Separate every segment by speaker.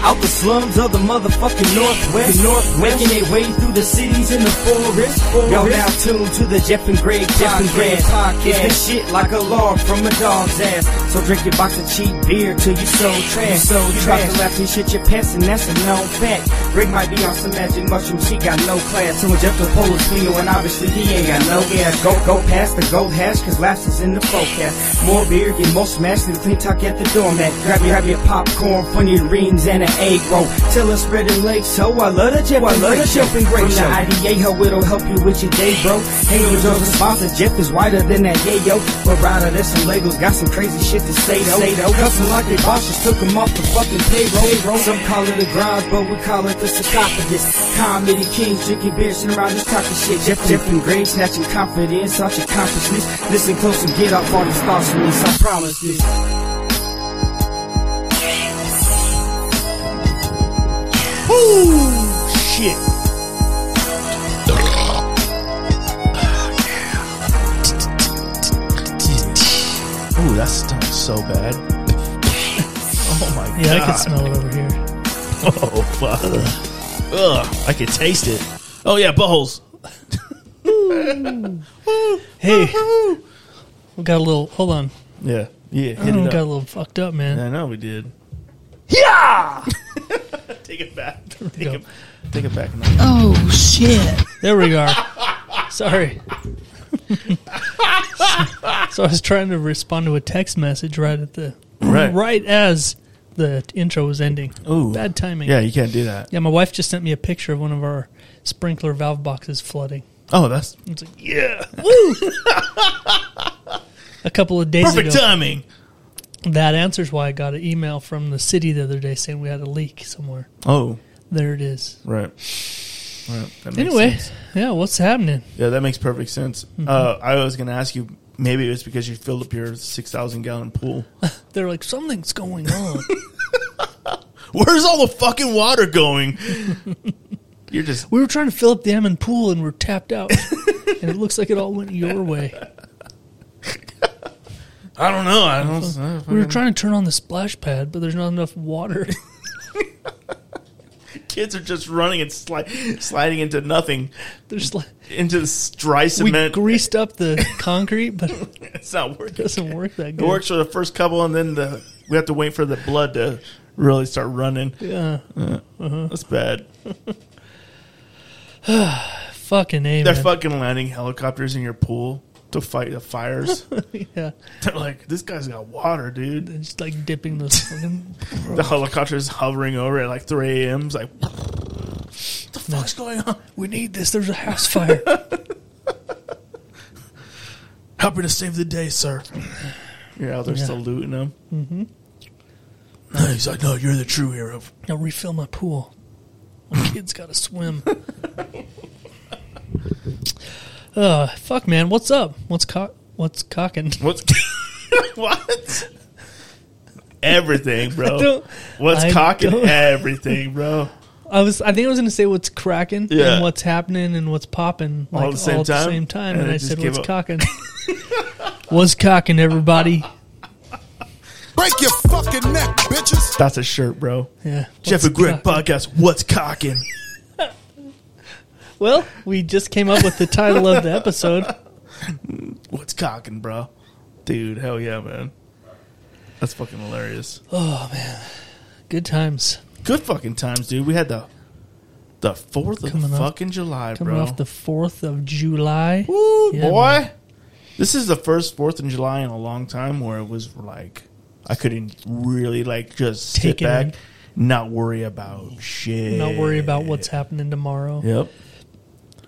Speaker 1: Out the slums of the motherfucking Northwest. Northwest. Making their way through the cities in the forest. Y'all now tuned to the Jeff and Greg Jeff and Greg podcast. It's the shit like a log from a dog's ass. So drink your box of cheap beer till you so trash. So you about to laugh and shit your pants and that's a known fact. Rick might be on some magic mushroom, she got no class. So when Jeff the pole is clean, and obviously he ain't got no gas. Go, go past the gold hash, cause laughs is in the forecast. More beer, get more smashed than clean talk at the doormat. Grab your, grab your popcorn, funny rings, and an egg roll. Tell us spread the legs, so I love the Jeff, I love the Jeff and Greg show. IDA, how it'll help you with your day, bro. Hey, yo, Joe's a sponsor, Jeff is whiter than that, yeah, yo. But Ryder, there's some Legos, got some crazy shit to say, though. Say, though. Custom like they bosses took them off the fucking payroll. Some call it a grind, but we call it the sarcophagus. Comedy kings drinking beer, sitting around this talking shit. Jeff, Jeff and Greg snatching confidence out your consciousness. Listen close and get off all these thoughts from this, I promise this.
Speaker 2: Ooh, shit. Ooh, that smells so bad. Oh my god.
Speaker 3: Yeah, I can smell it over here.
Speaker 2: Oh fuck. Ugh. I can taste it. Oh yeah, buttholes.
Speaker 3: Hey, we got a little. Hold on,
Speaker 2: Yeah. Yeah. Hit
Speaker 3: we
Speaker 2: it
Speaker 3: got a
Speaker 2: up.
Speaker 3: little fucked up, man.
Speaker 2: I know we did. Yeah. Take it back. Take
Speaker 3: go.
Speaker 2: it, take it back.
Speaker 3: Oh shit! There we are. Sorry. so I was trying to respond to a text message right at the
Speaker 2: Right.
Speaker 3: right as the intro was ending.
Speaker 2: Ooh.
Speaker 3: Oh, bad timing.
Speaker 2: Yeah, you can't do that.
Speaker 3: Yeah, my wife just sent me a picture of one of our sprinkler valve boxes flooding.
Speaker 2: Oh, that's
Speaker 3: It's like
Speaker 2: yeah.
Speaker 3: a couple of days
Speaker 2: Perfect
Speaker 3: ago.
Speaker 2: timing.
Speaker 3: That answers why I got an email from the city the other day saying we had a leak somewhere.
Speaker 2: Oh,
Speaker 3: There it is.
Speaker 2: right. Right. That makes
Speaker 3: Anyway,
Speaker 2: sense.
Speaker 3: yeah, what's happening?
Speaker 2: Yeah, that makes perfect sense. Uh, I was going to ask you, maybe it was because you filled up your 6,000 gallon pool.
Speaker 3: They're like, something's going on.
Speaker 2: Where's all the fucking water going? You're just,
Speaker 3: we were trying to fill up the Ammon pool and we're tapped out. and it looks like it all went your way.
Speaker 2: I don't know. I don't know.
Speaker 3: We were trying to turn on the splash pad, but there's not enough water.
Speaker 2: Kids are just running and sli- sliding into nothing,
Speaker 3: There's like
Speaker 2: into this dry
Speaker 3: we
Speaker 2: cement.
Speaker 3: greased up the concrete, but it
Speaker 2: it's not working.
Speaker 3: doesn't work that
Speaker 2: It
Speaker 3: good.
Speaker 2: works for the first couple, and then the we have to wait for the blood to really start running.
Speaker 3: Yeah.
Speaker 2: That's bad.
Speaker 3: Fucking A,
Speaker 2: They're
Speaker 3: man.
Speaker 2: fucking landing helicopters in your pool to fight the fires.
Speaker 3: yeah.
Speaker 2: They're like, this guy's got water, dude.
Speaker 3: They're just like dipping those fucking
Speaker 2: The helicopter's hovering over at like 3 a.m. It's like, what the fuck's going on?
Speaker 3: We need this. There's a house fire.
Speaker 2: Helping to save the day, sir. You're out there
Speaker 3: Yeah.
Speaker 2: saluting him. Mm-hmm. he's like, no, you're the true hero.
Speaker 3: I'll refill my pool. My kid's got to swim. Uh, fuck, man. What's up? What's cock? What's cocking?
Speaker 2: What's what? Everything, bro.
Speaker 3: don't-
Speaker 2: What's
Speaker 3: I
Speaker 2: cocking?
Speaker 3: don't-
Speaker 2: Everything, bro.
Speaker 3: I was. I think I was gonna say what's cracking
Speaker 2: Yeah.
Speaker 3: and what's happening and what's popping
Speaker 2: All
Speaker 3: like,
Speaker 2: at the same
Speaker 3: all at the
Speaker 2: time?
Speaker 3: same time,
Speaker 2: And
Speaker 3: and,
Speaker 2: it
Speaker 3: I
Speaker 2: just
Speaker 3: said
Speaker 2: gave
Speaker 3: what's
Speaker 2: up.
Speaker 3: cocking. what's cocking, everybody?
Speaker 4: Break your fucking neck, bitches.
Speaker 2: That's a shirt, bro.
Speaker 3: Yeah,
Speaker 2: Jeff
Speaker 3: what's
Speaker 2: and Greg
Speaker 3: cocking?
Speaker 2: podcast. What's cocking?
Speaker 3: Well, we just came up with the title of the episode.
Speaker 2: What's cocking, bro? Dude, hell yeah, man. That's fucking hilarious.
Speaker 3: Good times
Speaker 2: Good fucking times, dude. We had the the fourth of
Speaker 3: Coming off-
Speaker 2: fucking July,
Speaker 3: coming
Speaker 2: bro.
Speaker 3: off the fourth of July.
Speaker 2: Ooh,
Speaker 3: Yeah,
Speaker 2: boy.
Speaker 3: man.
Speaker 2: This is the first Fourth of July in a long time where it was like I couldn't really like just
Speaker 3: Take
Speaker 2: sit
Speaker 3: it
Speaker 2: back,
Speaker 3: in.
Speaker 2: not worry about shit,
Speaker 3: Not worry about what's happening tomorrow
Speaker 2: Yep.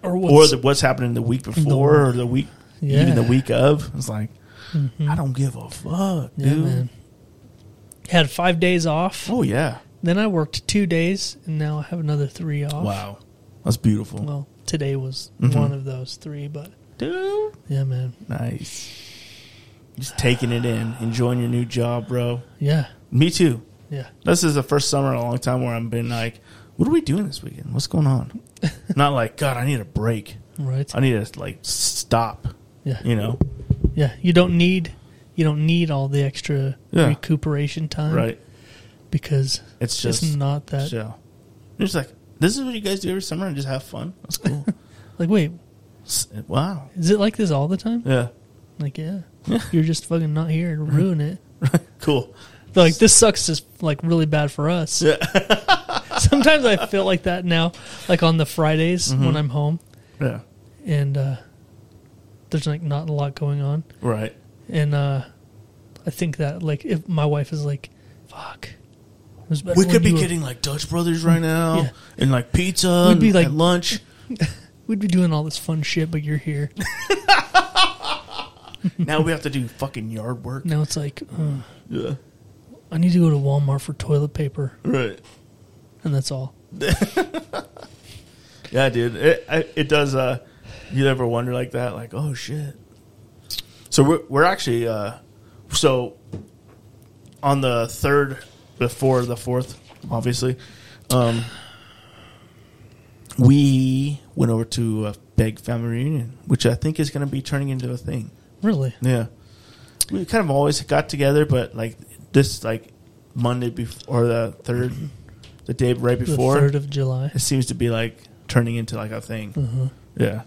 Speaker 3: or what's
Speaker 2: Or the, what's happening the week before, or the week,
Speaker 3: Yeah. Mm-hmm.
Speaker 2: even the week of. It's like I don't give a fuck,
Speaker 3: Yeah,
Speaker 2: dude.
Speaker 3: man. Had five days off.
Speaker 2: Oh yeah.
Speaker 3: Then I worked two days, and now I have another three off.
Speaker 2: Wow, Mm-hmm. that's beautiful,
Speaker 3: Well, today was one of those three, but
Speaker 2: dude.
Speaker 3: yeah, man.
Speaker 2: Nice. Just taking it in, enjoying your new job, bro.
Speaker 3: Yeah.
Speaker 2: Me too.
Speaker 3: Yeah.
Speaker 2: This is the first summer in a long time where I've been like, what are we doing this weekend? What's going on? Not like, God, I need a break.
Speaker 3: Right.
Speaker 2: I need to like stop,
Speaker 3: Yeah.
Speaker 2: you know?
Speaker 3: Yeah. You don't need you don't need all the extra
Speaker 2: Yeah.
Speaker 3: recuperation time.
Speaker 2: Right.
Speaker 3: because
Speaker 2: It's
Speaker 3: it's
Speaker 2: just
Speaker 3: not that.
Speaker 2: show. You're just like, this is what you guys do every summer and just have fun. That's cool.
Speaker 3: Like, wait,
Speaker 2: S- wow.
Speaker 3: is it like this all the time?
Speaker 2: Yeah.
Speaker 3: Like, yeah, you're just fucking not here to ruin it.
Speaker 2: Cool.
Speaker 3: They're like this sucks is like really bad for us. Sometimes I feel like that now, like on the Fridays
Speaker 2: Mm-hmm.
Speaker 3: when I'm home
Speaker 2: Yeah.
Speaker 3: and uh, there's like not a lot going on,
Speaker 2: Right.
Speaker 3: and uh, I think that like if my wife is like, "Fuck," it was better
Speaker 2: We
Speaker 3: when
Speaker 2: could be
Speaker 3: you were-
Speaker 2: getting like Dutch Brothers right now
Speaker 3: Yeah.
Speaker 2: and like pizza
Speaker 3: We'd be,
Speaker 2: and-
Speaker 3: like-
Speaker 2: and lunch.
Speaker 3: we'd be doing all this fun shit, but you're here.
Speaker 2: now we have to do fucking yard work.
Speaker 3: Now it's like uh,
Speaker 2: Yeah.
Speaker 3: I need to go to Walmart for toilet paper,
Speaker 2: Right.
Speaker 3: and that's all.
Speaker 2: Yeah, dude. It I, it does. Uh, you ever wonder like that? Like, oh shit. So we're we're actually uh, so on the third before the fourth, obviously. Um, we went over to a big family reunion, which I think is going to be turning into a thing.
Speaker 3: Really?
Speaker 2: Yeah, we kind of always got together, but like this, like Monday before or the third, the day right
Speaker 3: The
Speaker 2: before
Speaker 3: third of July.
Speaker 2: it seems to be like turning into like a thing.
Speaker 3: Mm-hmm.
Speaker 2: Yeah.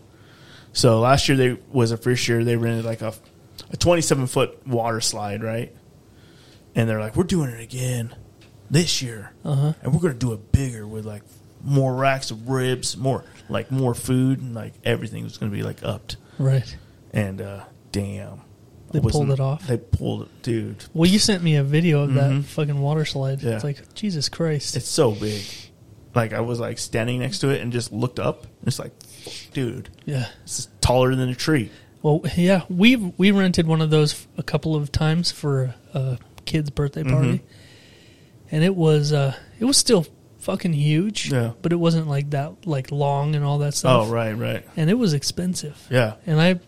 Speaker 2: So last year they was a first year they rented like a a twenty seven foot water slide, right? And they're like, we're doing it again this year, uh-huh. and we're gonna do it bigger with like more racks of ribs, more like more food, and like everything was gonna be like upped.
Speaker 3: Right.
Speaker 2: And uh, damn,
Speaker 3: They
Speaker 2: I wasn't-
Speaker 3: pulled it off?
Speaker 2: They pulled it, dude.
Speaker 3: Well, you sent me a video of that fucking water slide.
Speaker 2: Mm-hmm. Yeah.
Speaker 3: It's like Jesus Christ.
Speaker 2: It's so big. Like I was like standing next to it and just looked up. And it's like, dude,
Speaker 3: yeah.
Speaker 2: This is taller than a tree.
Speaker 3: Well, yeah, we we rented one of those f- a couple of times for a, a kid's birthday
Speaker 2: Mm-hmm.
Speaker 3: party, and it was uh, it was still fucking huge.
Speaker 2: Yeah.
Speaker 3: But it wasn't like that, like long and all that stuff.
Speaker 2: Oh, right, right.
Speaker 3: And it was expensive.
Speaker 2: Yeah.
Speaker 3: And I,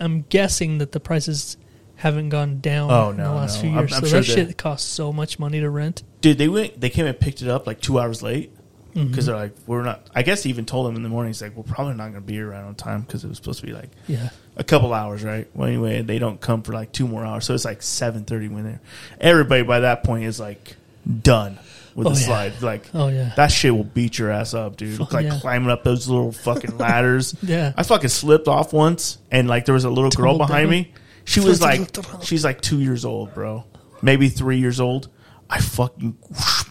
Speaker 3: I'm guessing that the prices haven't gone down
Speaker 2: Oh,
Speaker 3: in the
Speaker 2: no,
Speaker 3: last
Speaker 2: no.
Speaker 3: few
Speaker 2: I'm-
Speaker 3: years.
Speaker 2: I'm
Speaker 3: so
Speaker 2: sure
Speaker 3: that
Speaker 2: they-
Speaker 3: shit costs so much money to rent.
Speaker 2: Dude, they went. They came and picked it up like two hours late because they're like, we're not. I guess he even told them in the morning. He's like, we're probably not going to be here right on time because it was supposed to be like
Speaker 3: Yeah.
Speaker 2: a couple hours, right? Well, anyway, they don't come for like two more hours, so it's like seven thirty when they're. Everybody by that point is like done with
Speaker 3: Oh,
Speaker 2: the
Speaker 3: yeah.
Speaker 2: slide. Like,
Speaker 3: Oh, yeah.
Speaker 2: that shit will beat your ass up, dude.
Speaker 3: Fuck,
Speaker 2: like
Speaker 3: yeah.
Speaker 2: climbing up those little fucking ladders.
Speaker 3: Yeah.
Speaker 2: I fucking slipped off once, and like there was a little girl
Speaker 3: Tumbled
Speaker 2: behind
Speaker 3: down.
Speaker 2: me. She was like, she's like two years old, bro, maybe three years old. I fucking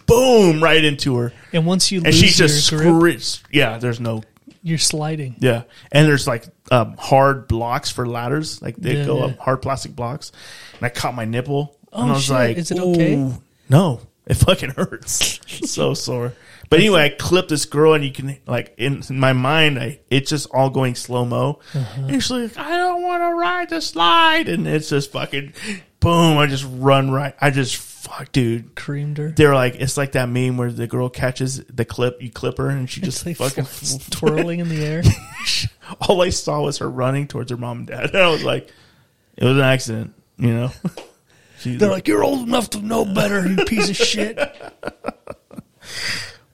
Speaker 2: boom right into her,
Speaker 3: And once you
Speaker 2: and
Speaker 3: lose
Speaker 2: she's just
Speaker 3: your grip,
Speaker 2: screeched. Yeah, there's no
Speaker 3: you're sliding.
Speaker 2: yeah, and there's like um, hard blocks for ladders, like they
Speaker 3: Yeah,
Speaker 2: go
Speaker 3: yeah.
Speaker 2: up hard plastic blocks, and I caught my nipple, and I
Speaker 3: Oh,
Speaker 2: was
Speaker 3: shit.
Speaker 2: like,
Speaker 3: Is it okay?
Speaker 2: "Ooh, No, it fucking hurts, It's so sore. But anyway, I clipped this girl, and you can like in, in my mind, I it's just all going slow mo.
Speaker 3: Uh-huh.
Speaker 2: And she's like, I don't want to ride the slide, and it's just fucking boom. I just run right. I just fuck, dude.
Speaker 3: Creamed her.
Speaker 2: They're like, it's like that meme where the girl catches the clip, you clip her, and she
Speaker 3: It's
Speaker 2: just
Speaker 3: like
Speaker 2: fucking
Speaker 3: twirling in the air.
Speaker 2: all I saw was her running towards her mom and dad. And I was like, it was an accident, you know? She's
Speaker 3: They're like, you're old enough to know better, you piece of shit.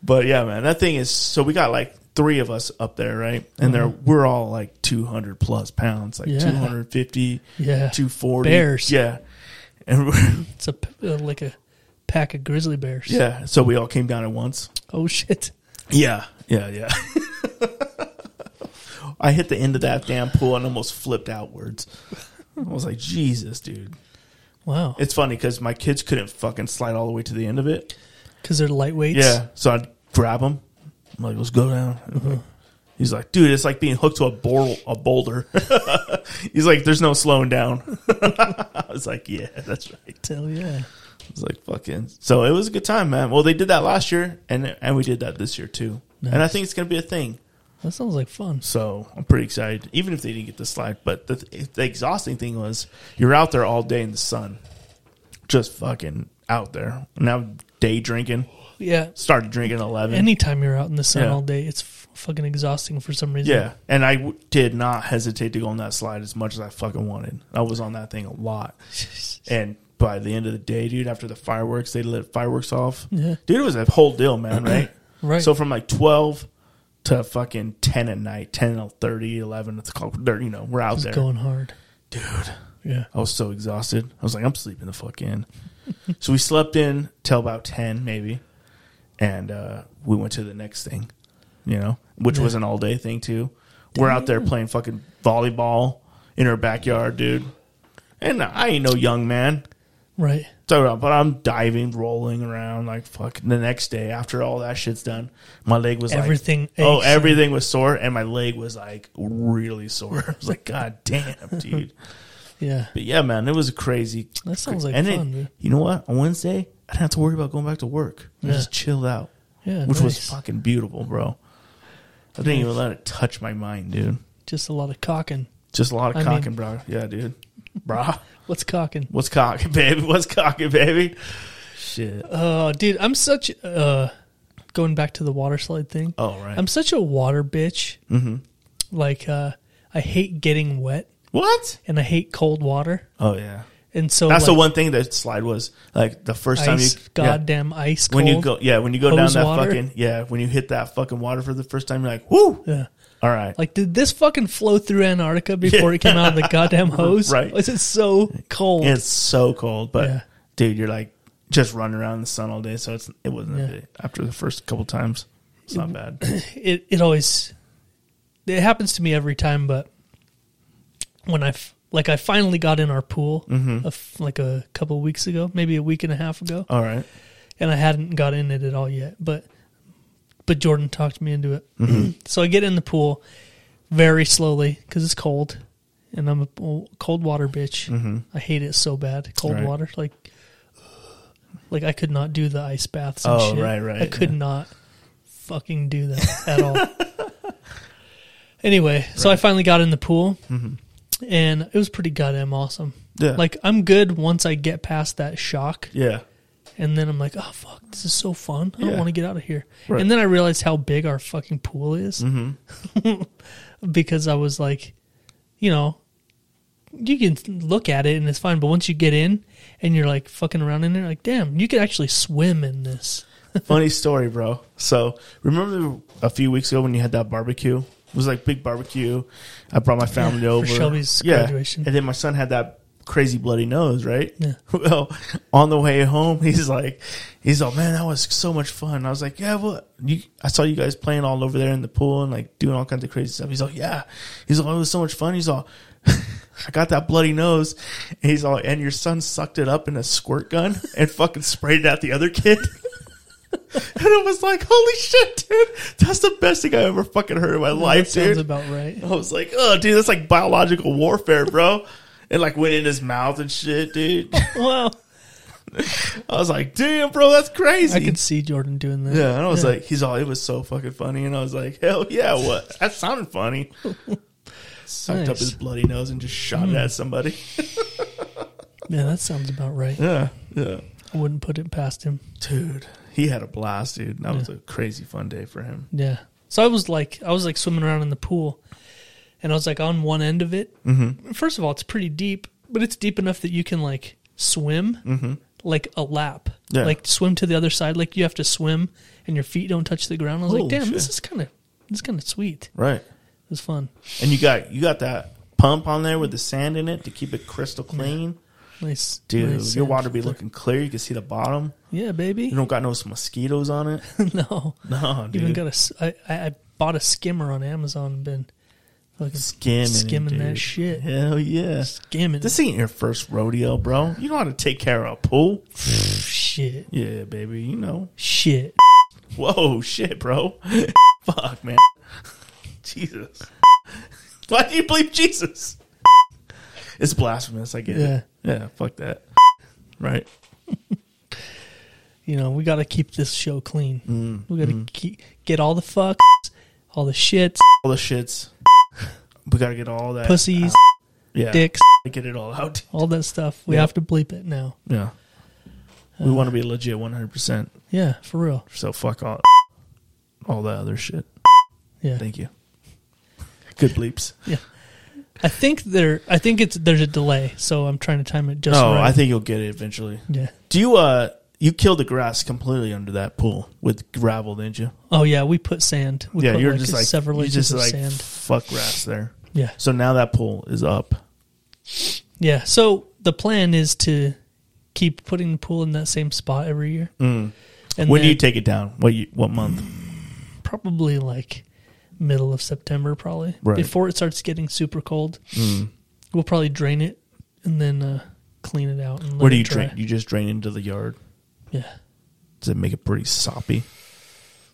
Speaker 2: but yeah, man, that thing is so we got like three of us up there, right? And they're we're all like 200 plus pounds, like
Speaker 3: Mm-hmm. Yeah.
Speaker 2: 250,
Speaker 3: Yeah.
Speaker 2: 240.
Speaker 3: Bears.
Speaker 2: Yeah. And we're,
Speaker 3: It's a p- uh, like a pack of grizzly bears.
Speaker 2: yeah, so we all came down at once.
Speaker 3: Oh shit.
Speaker 2: Yeah, yeah, yeah. I hit the end of that damn pool and almost flipped outwards. I was like, Jesus, dude.
Speaker 3: Wow.
Speaker 2: It's funny because my kids couldn't fucking slide all the way to the end of it.
Speaker 3: Because they're lightweights.
Speaker 2: Yeah. So I'd grab him. I'm like, let's go down. He's like, dude, it's like being hooked to a, bor- a boulder. He's like, there's no slowing down. I was like, yeah, that's right.
Speaker 3: Hell yeah.
Speaker 2: I was like, fucking. So it was a good time, man. Well, they did that last year, and and we did that this year too. And I
Speaker 3: Nice.
Speaker 2: think it's gonna be a thing.
Speaker 3: That sounds like fun.
Speaker 2: So I'm pretty excited, even if they didn't get the slide. But the, th- the exhausting thing was you're out there all day in the sun, just fucking out there. Now day drinking.
Speaker 3: Yeah.
Speaker 2: Started drinking at eleven.
Speaker 3: Anytime you're out in the sun
Speaker 2: Yeah.
Speaker 3: all day, it's f- fucking exhausting for some reason.
Speaker 2: Yeah, and I w- did not hesitate to go on that slide as much as I fucking wanted. I was on that thing a lot, and by the end of the day, dude, after the fireworks, they lit fireworks off.
Speaker 3: Yeah.
Speaker 2: dude, it was a whole deal, man. Right,
Speaker 3: Right.
Speaker 2: So from like twelve to fucking ten at night, 10, 30, 11, it's called. they're- You know, we're out
Speaker 3: It's
Speaker 2: there,
Speaker 3: going hard.
Speaker 2: dude.
Speaker 3: Yeah.
Speaker 2: I was so exhausted. I was like, I'm sleeping the fuck in. so we slept in till about ten maybe, and uh, we went to the next thing, you know, which was an all day thing too. We're out there playing fucking volleyball in our backyard, dude. And I ain't no young man.
Speaker 3: Right.
Speaker 2: So, but I'm diving, rolling around like fuck. The next day, after all that shit's done, my leg was like-
Speaker 3: Everything
Speaker 2: oh,
Speaker 3: aches and-
Speaker 2: everything was sore, and my leg was like really sore. I was like, God damn, dude.
Speaker 3: Yeah.
Speaker 2: But yeah, man, it was crazy.
Speaker 3: That sounds like
Speaker 2: and
Speaker 3: fun,
Speaker 2: It,
Speaker 3: dude.
Speaker 2: you know what? On Wednesday, I didn't have to worry about going back to work. I
Speaker 3: Yeah.
Speaker 2: just chilled out,
Speaker 3: Yeah.
Speaker 2: which was
Speaker 3: nice.
Speaker 2: fucking beautiful, bro. I didn't even let it touch my mind, dude.
Speaker 3: just a lot of cocking.
Speaker 2: Just a lot of
Speaker 3: I
Speaker 2: cock
Speaker 3: mean-
Speaker 2: and bra. Yeah, dude. Bra.
Speaker 3: What's cocking?
Speaker 2: What's cocking, baby? What's cocking, baby? Shit.
Speaker 3: Oh, dude, I'm such uh going back to the water slide thing.
Speaker 2: Oh, right.
Speaker 3: I'm such a water bitch. Mm-hmm. Like uh I hate getting wet
Speaker 2: What?
Speaker 3: and I hate cold water.
Speaker 2: Oh yeah.
Speaker 3: And so
Speaker 2: That's the
Speaker 3: like,
Speaker 2: one thing that slide was like the first time you
Speaker 3: ice,
Speaker 2: yeah.
Speaker 3: goddamn ice cold.
Speaker 2: when you go yeah when you go down
Speaker 3: hose
Speaker 2: that
Speaker 3: water.
Speaker 2: fucking yeah when you hit that fucking water for the first time you're like whoo
Speaker 3: Yeah.
Speaker 2: all right
Speaker 3: Like did this fucking flow through Antarctica before it came out of the goddamn hose?
Speaker 2: Right.
Speaker 3: Was it so cold?
Speaker 2: it's so cold but
Speaker 3: Yeah.
Speaker 2: dude you're like just running around in the sun all day so it's it wasn't
Speaker 3: Yeah. Mm-hmm.
Speaker 2: a bit, after the first couple times it's not bad
Speaker 3: it it always it happens to me every time but when i f- like i finally got in our pool a f- like a couple weeks ago maybe a week and a half ago
Speaker 2: all right
Speaker 3: and i hadn't got in it at all yet but but jordan talked me into it
Speaker 2: Mm-hmm.
Speaker 3: so i get in the pool very slowly because it's cold and i'm a p- cold water bitch i hate it so bad cold
Speaker 2: Mm-hmm. Right.
Speaker 3: water like like i could not do the ice baths and
Speaker 2: Oh,
Speaker 3: shit
Speaker 2: right, right,
Speaker 3: i could
Speaker 2: yeah.
Speaker 3: not fucking do that at all anyway so i finally got in the pool and it was pretty goddamn awesome
Speaker 2: Mm-hmm. Yeah.
Speaker 3: like i'm good once i get past that shock
Speaker 2: yeah
Speaker 3: and then I'm like, oh fuck, this is so fun. I
Speaker 2: Yeah.
Speaker 3: don't want to get out of here.
Speaker 2: Right.
Speaker 3: And then I realized how big our fucking pool is
Speaker 2: Mm-hmm.
Speaker 3: because I was like, you know, you can look at it and it's fine, but once you get in and you're like fucking around in there, like damn, you could actually swim in this.
Speaker 2: funny story bro so remember a few weeks ago when you had that barbecue it was like big barbecue i brought my family
Speaker 3: for
Speaker 2: over
Speaker 3: Shelby's graduation.
Speaker 2: and then my son had that crazy bloody nose right
Speaker 3: Yeah.
Speaker 2: well on the way home he's like he's like man that was so much fun i was like yeah well you i saw you guys playing all over there in the pool and like doing all kinds of crazy stuff he's like yeah he's like "Oh, it was so much fun he's all I got that bloody nose. And he's all, and your son sucked it up in a squirt gun and fucking sprayed it at the other kid. And I was like, holy shit, dude. That's the best thing I ever fucking heard in my
Speaker 3: That
Speaker 2: life,
Speaker 3: sounds
Speaker 2: dude.
Speaker 3: about right.
Speaker 2: I was like, oh, dude, that's like biological warfare, bro. It like went in his mouth and shit, dude.
Speaker 3: wow,
Speaker 2: I was like, damn, bro, that's crazy.
Speaker 3: I could see Jordan doing that.
Speaker 2: yeah, and I was like, he's all, it was so fucking funny. And I was like, hell yeah, what? That sounded funny. Sucked up
Speaker 3: Nice. Hmm.
Speaker 2: his bloody nose and just shot it at somebody.
Speaker 3: yeah, that sounds about right.
Speaker 2: Yeah, yeah.
Speaker 3: I wouldn't put it past him.
Speaker 2: Dude, he had a blast, dude. That was a crazy fun day for him.
Speaker 3: Yeah. So I was like, I was like swimming around in the pool, and I was like on one end of it. Mm-hmm. First of all, it's pretty deep, but it's deep enough that you can like swim like a lap,
Speaker 2: Mm-hmm. Yeah.
Speaker 3: like swim to the other side. Like you have to swim, and your feet don't touch the ground. I was
Speaker 2: Holy
Speaker 3: like, damn, this
Speaker 2: shit.
Speaker 3: is kind of this is kind of sweet.
Speaker 2: Right.
Speaker 3: It was fun.
Speaker 2: And you got you got that pump on there with the sand in it to keep it crystal clean.
Speaker 3: Nice,
Speaker 2: Dude,
Speaker 3: nice
Speaker 2: your
Speaker 3: sand
Speaker 2: water be
Speaker 3: filter.
Speaker 2: looking clear. You can see the bottom.
Speaker 3: Yeah, baby.
Speaker 2: You don't got no mosquitoes on it.
Speaker 3: no,
Speaker 2: No, dude.
Speaker 3: even got a. s- I, I I bought a skimmer on Amazon and been fucking
Speaker 2: skimming,
Speaker 3: skimming that
Speaker 2: dude.
Speaker 3: shit.
Speaker 2: Hell yeah.
Speaker 3: skimming
Speaker 2: This ain't your first rodeo, bro. You know how to take care of a pool.
Speaker 3: shit,
Speaker 2: Yeah, baby. You know.
Speaker 3: shit.
Speaker 2: Whoa, shit, bro. Fuck, man. Jesus. Why do you believe Jesus? It's blasphemous. I get
Speaker 3: Yeah.
Speaker 2: it. Yeah. Fuck that. Right.
Speaker 3: you know, we got to keep this show clean. we got to
Speaker 2: Mm-hmm.
Speaker 3: keep get all the fucks, all the shits,
Speaker 2: All the shits. We gotta get all that
Speaker 3: pussies,
Speaker 2: out. yeah.
Speaker 3: dicks,
Speaker 2: Get it all out.
Speaker 3: all that stuff. We
Speaker 2: Yeah.
Speaker 3: have to bleep it now.
Speaker 2: Yeah. We want to be legit 100. percent
Speaker 3: Yeah, for real.
Speaker 2: So fuck all all that other shit.
Speaker 3: Yeah,
Speaker 2: Thank you. Good bleeps.
Speaker 3: I think there. I think it's there's a delay, so I'm trying to time it just
Speaker 2: oh,
Speaker 3: right.
Speaker 2: I think you'll get it eventually.
Speaker 3: Yeah.
Speaker 2: Do you uh you killed the grass completely under that pool with gravel, didn't you?
Speaker 3: Oh yeah, we put sand. We
Speaker 2: yeah,
Speaker 3: put
Speaker 2: you're just like
Speaker 3: several
Speaker 2: you
Speaker 3: inches
Speaker 2: just
Speaker 3: of
Speaker 2: like
Speaker 3: sand.
Speaker 2: fuck grass there.
Speaker 3: Yeah,
Speaker 2: So now that pool is up.
Speaker 3: yeah. So the plan is to keep putting the pool in that same spot every year. Mm. And
Speaker 2: when do
Speaker 3: then
Speaker 2: you take it down? What you, what month?
Speaker 3: probably like middle of September, probably
Speaker 2: Right.
Speaker 3: before it starts getting super cold. We'll probably drain it and then uh, clean it out. And let
Speaker 2: Where do
Speaker 3: it
Speaker 2: you
Speaker 3: dry.
Speaker 2: drain? You just drain into the yard.
Speaker 3: Yeah.
Speaker 2: Does it make it pretty soppy?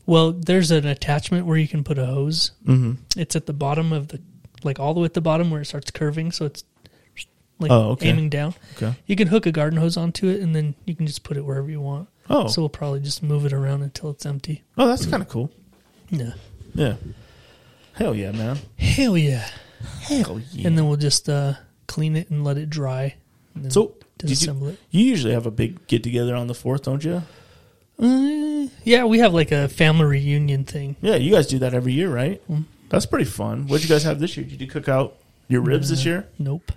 Speaker 3: Well, there's an attachment where you can put a hose. Mm-hmm. It's at the bottom of the, like all the way at the bottom where it starts curving, so it's like
Speaker 2: Oh, okay.
Speaker 3: aiming down.
Speaker 2: Okay.
Speaker 3: You can hook a garden hose onto it, and then you can just put it wherever you want.
Speaker 2: Oh.
Speaker 3: so we'll probably just move it around until it's empty.
Speaker 2: Oh, that's kind of cool.
Speaker 3: Yeah.
Speaker 2: Yeah. Hell yeah, man.
Speaker 3: Hell yeah!
Speaker 2: Hell yeah.
Speaker 3: And then we'll just uh, clean it and let it dry. And then
Speaker 2: so, did
Speaker 3: disassemble
Speaker 2: you,
Speaker 3: it.
Speaker 2: you usually have a big get together on the fourth, don't you?
Speaker 3: Uh, yeah, we have like a family reunion thing.
Speaker 2: Yeah, you guys do that every year, right?
Speaker 3: Mm-hmm.
Speaker 2: That's pretty fun. What'd you guys have this year? Did you cook out your ribs
Speaker 3: Mm-hmm.
Speaker 2: this year?
Speaker 3: Nope.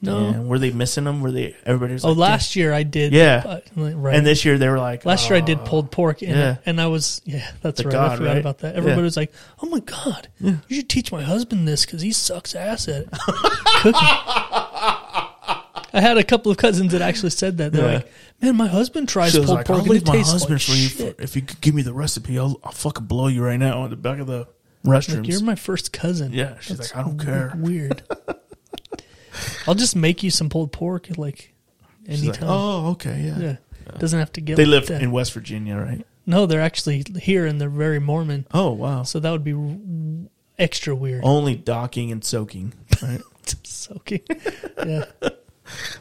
Speaker 3: No.
Speaker 2: Damn, were they missing them? Were they everybody? Was
Speaker 3: Uh-huh. Oh,
Speaker 2: like,
Speaker 3: last year I did.
Speaker 2: Yeah.
Speaker 3: uh, right.
Speaker 2: "Damn." And this year they were like,
Speaker 3: Last
Speaker 2: "Oh,
Speaker 3: year I did pulled pork, and,
Speaker 2: Yeah.
Speaker 3: and I was yeah, that's
Speaker 2: The
Speaker 3: right. I
Speaker 2: god,
Speaker 3: forgot
Speaker 2: right?
Speaker 3: about that. Everybody
Speaker 2: Yeah.
Speaker 3: was like, "Oh my god, you should teach my husband this because he sucks ass at it." Cooking. I had a couple of cousins that actually said that. They're
Speaker 2: Yeah.
Speaker 3: like, "Man, my husband tries
Speaker 2: uh, She was
Speaker 3: pulled
Speaker 2: like,
Speaker 3: pork,
Speaker 2: I'll
Speaker 3: and it
Speaker 2: leave my
Speaker 3: tastes
Speaker 2: husband
Speaker 3: like
Speaker 2: for you
Speaker 3: shit."
Speaker 2: for, if you could give me the recipe. I'll, I'll fucking blow you right now on the back of the restrooms.
Speaker 3: Like, you're my first cousin.
Speaker 2: yeah, she's
Speaker 3: That's
Speaker 2: like, I don't care.
Speaker 3: Weird. I'll just make you some pulled pork like
Speaker 2: She's like,
Speaker 3: anytime.
Speaker 2: oh, okay, yeah.
Speaker 3: yeah. Doesn't have to get.
Speaker 2: They
Speaker 3: like
Speaker 2: live
Speaker 3: that.
Speaker 2: in West Virginia, right?
Speaker 3: No, they're actually here, and they're very Mormon.
Speaker 2: Oh, wow.
Speaker 3: So that would be w- extra weird.
Speaker 2: Only docking and soaking. Right?
Speaker 3: Soaking. yeah.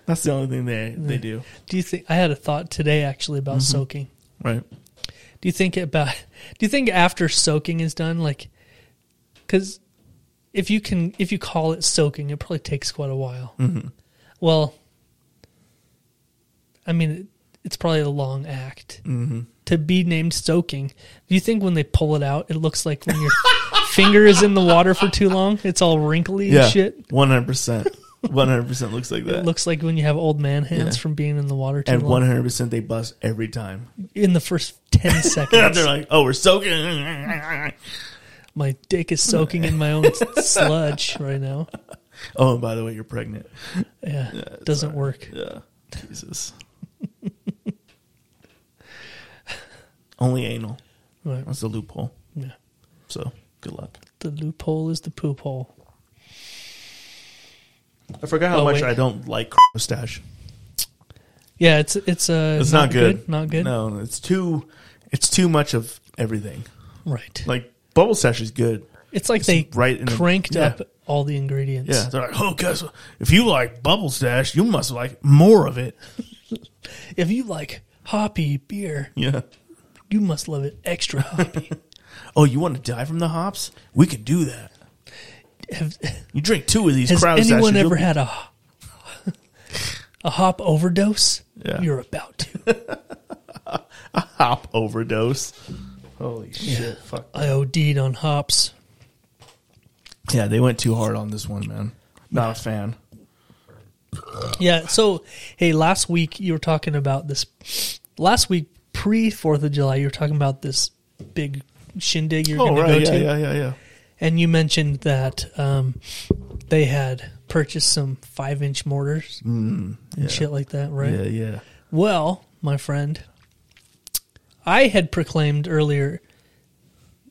Speaker 2: That's the only thing they they do.
Speaker 3: Do you think I had a thought today actually about soaking?
Speaker 2: Right.
Speaker 3: Do you think about? Do you think after soaking is done, like, because if you can, if you call it soaking, it probably takes quite a while.
Speaker 2: Mm-hmm.
Speaker 3: Well, I mean, it, it's probably a long act
Speaker 2: Mm-hmm.
Speaker 3: to be named soaking. Do you think when they pull it out, it looks like when your finger is in the water for too long, it's all wrinkly
Speaker 2: Yeah.
Speaker 3: and shit?
Speaker 2: One hundred percent. One hundred percent looks like that.
Speaker 3: It looks like when you have old man hands
Speaker 2: Yeah.
Speaker 3: from being in the water too
Speaker 2: and
Speaker 3: long.
Speaker 2: one hundred percent they bust every time.
Speaker 3: in the first 10
Speaker 2: They're
Speaker 3: seconds.
Speaker 2: like, oh, we're soaking. oh,
Speaker 3: my dick is soaking in my own s- sludge right now.
Speaker 2: and by the way, you're pregnant.
Speaker 3: Yeah, doesn't work.
Speaker 2: Yeah. Jesus. Only anal.
Speaker 3: Right.
Speaker 2: That's the loophole.
Speaker 3: Yeah.
Speaker 2: So good luck.
Speaker 3: The loophole is the poop hole.
Speaker 2: I forgot how
Speaker 3: Oh,
Speaker 2: much
Speaker 3: wait.
Speaker 2: I don't like mustache.
Speaker 3: Yeah, it's it's uh,
Speaker 2: It's not, good.
Speaker 3: Not good.
Speaker 2: No, it's too. It's too much of everything.
Speaker 3: Right.
Speaker 2: Like bubble stash is good.
Speaker 3: it's like they
Speaker 2: right in the-
Speaker 3: cranked
Speaker 2: yeah.
Speaker 3: up all the ingredients.
Speaker 2: Yeah, they're like, oh, guess what? if you like bubble stash, you must like more of it.
Speaker 3: If you like hoppy beer,
Speaker 2: Yeah.
Speaker 3: you must love it extra hoppy.
Speaker 2: Oh, you want to die from the hops? We can do that.
Speaker 3: Have-
Speaker 2: You drink two of these.
Speaker 3: has
Speaker 2: crowd
Speaker 3: anyone
Speaker 2: stashes,
Speaker 3: ever
Speaker 2: you'll-
Speaker 3: had a a hop overdose?
Speaker 2: Yeah.
Speaker 3: You're about to.
Speaker 2: hop overdose? Holy shit! Fuck.
Speaker 3: I OD'd on hops.
Speaker 2: Yeah, they went too hard on this one, man. Not a fan.
Speaker 3: Yeah. So, hey, last week you were talking about this. Last week, pre Fourth of July, you were talking about this big shindig you're
Speaker 2: Oh
Speaker 3: going
Speaker 2: right,
Speaker 3: to go
Speaker 2: yeah,
Speaker 3: to,
Speaker 2: yeah, yeah, yeah.
Speaker 3: and you mentioned that um, they had purchased some five-inch mortars and shit like that, right?
Speaker 2: Mm, Yeah, yeah.
Speaker 3: Well, my friend, I had proclaimed earlier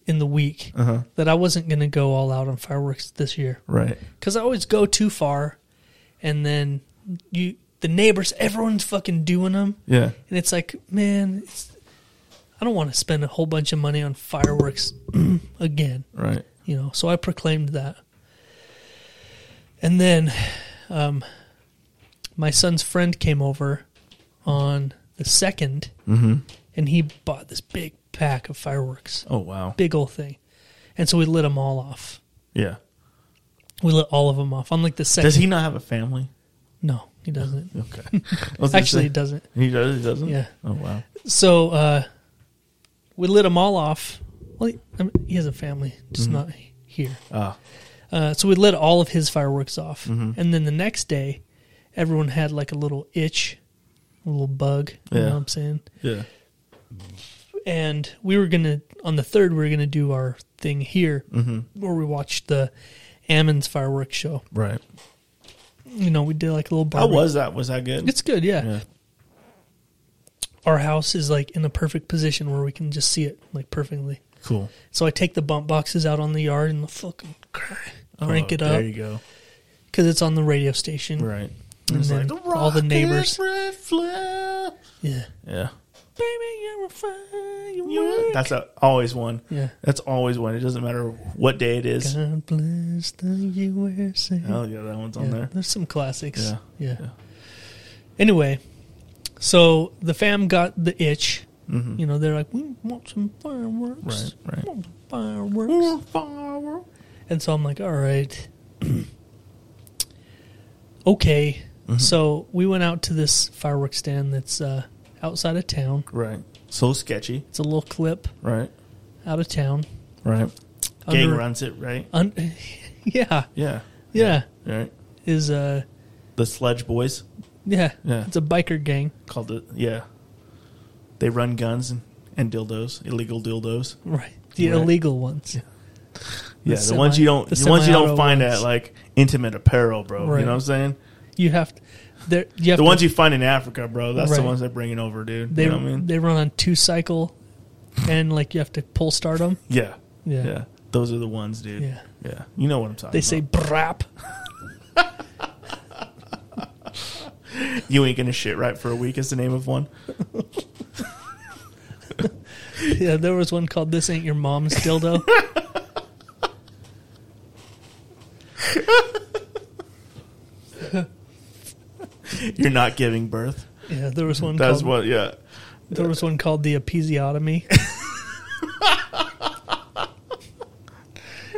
Speaker 3: in the week
Speaker 2: Uh-huh.
Speaker 3: that I wasn't going to go all out on fireworks this year
Speaker 2: Right.
Speaker 3: because I always go too far, and then you the neighbors, everyone's fucking doing them,
Speaker 2: Yeah.
Speaker 3: and it's like, man, it's, I don't want to spend a whole bunch of money on fireworks again,
Speaker 2: Right.
Speaker 3: you know. So I proclaimed that, and then um, my son's friend came over on the 2nd
Speaker 2: Mm-hmm.
Speaker 3: and he bought this big pack of fireworks,
Speaker 2: Oh wow.
Speaker 3: big old thing, and so we lit them all off.
Speaker 2: Yeah.
Speaker 3: We lit all of them off. on like the second.
Speaker 2: Does he not have a family?
Speaker 3: No, he doesn't.
Speaker 2: Okay. I was gonna
Speaker 3: Actually,
Speaker 2: say-
Speaker 3: he doesn't.
Speaker 2: He does. He doesn't.
Speaker 3: Yeah.
Speaker 2: Oh wow.
Speaker 3: So uh, we lit them all off. Well, he, I mean, he has a family, just
Speaker 2: Mm-hmm.
Speaker 3: not here.
Speaker 2: Ah.
Speaker 3: Uh, so we lit all of his fireworks off,
Speaker 2: Mm-hmm.
Speaker 3: and then the next day, everyone had like a little itch, a little bug. You
Speaker 2: Yeah.
Speaker 3: know what I'm saying?
Speaker 2: Yeah.
Speaker 3: And we were gonna on the third, we were gonna do our thing here,
Speaker 2: Mm-hmm.
Speaker 3: where we watched the Ammons fireworks show.
Speaker 2: Right.
Speaker 3: You know, we did like a little.
Speaker 2: How
Speaker 3: Barbecue.
Speaker 2: was that? Was that good?
Speaker 3: It's good, yeah.
Speaker 2: Yeah.
Speaker 3: our house is like in the perfect position where we can just see it like perfectly.
Speaker 2: Cool.
Speaker 3: So I take the bump boxes out on the yard and fucking crank
Speaker 2: Oh,
Speaker 3: it
Speaker 2: There
Speaker 3: up
Speaker 2: you go.
Speaker 3: because it's on the radio station.
Speaker 2: Right.
Speaker 3: And
Speaker 2: It's like,
Speaker 3: then
Speaker 2: "The
Speaker 3: all the
Speaker 2: rocket
Speaker 3: neighbors.
Speaker 2: red flare."
Speaker 3: Yeah.
Speaker 2: Yeah.
Speaker 3: Baby, you're a firework.
Speaker 2: That's a, always one.
Speaker 3: Yeah.
Speaker 2: That's always one. It doesn't matter what day it is.
Speaker 3: God bless the USA.
Speaker 2: Oh yeah, that one's
Speaker 3: Yeah,
Speaker 2: on there.
Speaker 3: There's some classics.
Speaker 2: Yeah,
Speaker 3: Yeah.
Speaker 2: yeah.
Speaker 3: Anyway, so the fam got the itch. You know, they're like, we want some
Speaker 2: Right,
Speaker 3: fireworks.
Speaker 2: Mm-hmm. right. Mm.
Speaker 3: We want some fireworks. And so I'm like, all right. okay.
Speaker 2: Mm-hmm.
Speaker 3: So we went out to this fireworks stand that's uh, outside of town.
Speaker 2: Right. So sketchy.
Speaker 3: It's a little clip
Speaker 2: Right.
Speaker 3: out of town.
Speaker 2: Right. Gang
Speaker 3: Under-
Speaker 2: runs it. Right.
Speaker 3: Un- yeah.
Speaker 2: Yeah.
Speaker 3: Yeah.
Speaker 2: Right.
Speaker 3: Is uh
Speaker 2: The Sledge Boys
Speaker 3: yeah.
Speaker 2: Yeah.
Speaker 3: It's a biker gang.
Speaker 2: called it. Yeah. They run guns and, and dildos, illegal dildos.
Speaker 3: Right. The
Speaker 2: Right.
Speaker 3: illegal ones.
Speaker 2: Yeah, the,
Speaker 3: The
Speaker 2: ones
Speaker 3: semi-
Speaker 2: you don't,
Speaker 3: the
Speaker 2: the, ones you don't
Speaker 3: semi-auto
Speaker 2: find
Speaker 3: ones.
Speaker 2: at like intimate apparel, bro. You
Speaker 3: Right.
Speaker 2: know what I'm saying?
Speaker 3: You have to, they're- you have
Speaker 2: The
Speaker 3: to-
Speaker 2: ones you find in Africa, bro. That's the
Speaker 3: Right.
Speaker 2: ones they're bringing over, dude.
Speaker 3: they
Speaker 2: you know what I mean?
Speaker 3: they run on two cycle, and like you have to pull start them.
Speaker 2: yeah.
Speaker 3: Yeah.
Speaker 2: Yeah. Those are the ones, dude.
Speaker 3: Yeah.
Speaker 2: Yeah. You know what I'm talking
Speaker 3: They
Speaker 2: about.
Speaker 3: say brap.
Speaker 2: You ain't gonna shit right for a week is the name of one.
Speaker 3: Yeah, there was one called "This Ain't Your Mom's Dildo."
Speaker 2: You're not giving birth.
Speaker 3: yeah, there was one.
Speaker 2: That's
Speaker 3: called,
Speaker 2: what. Yeah.
Speaker 3: There was one called the episiotomy.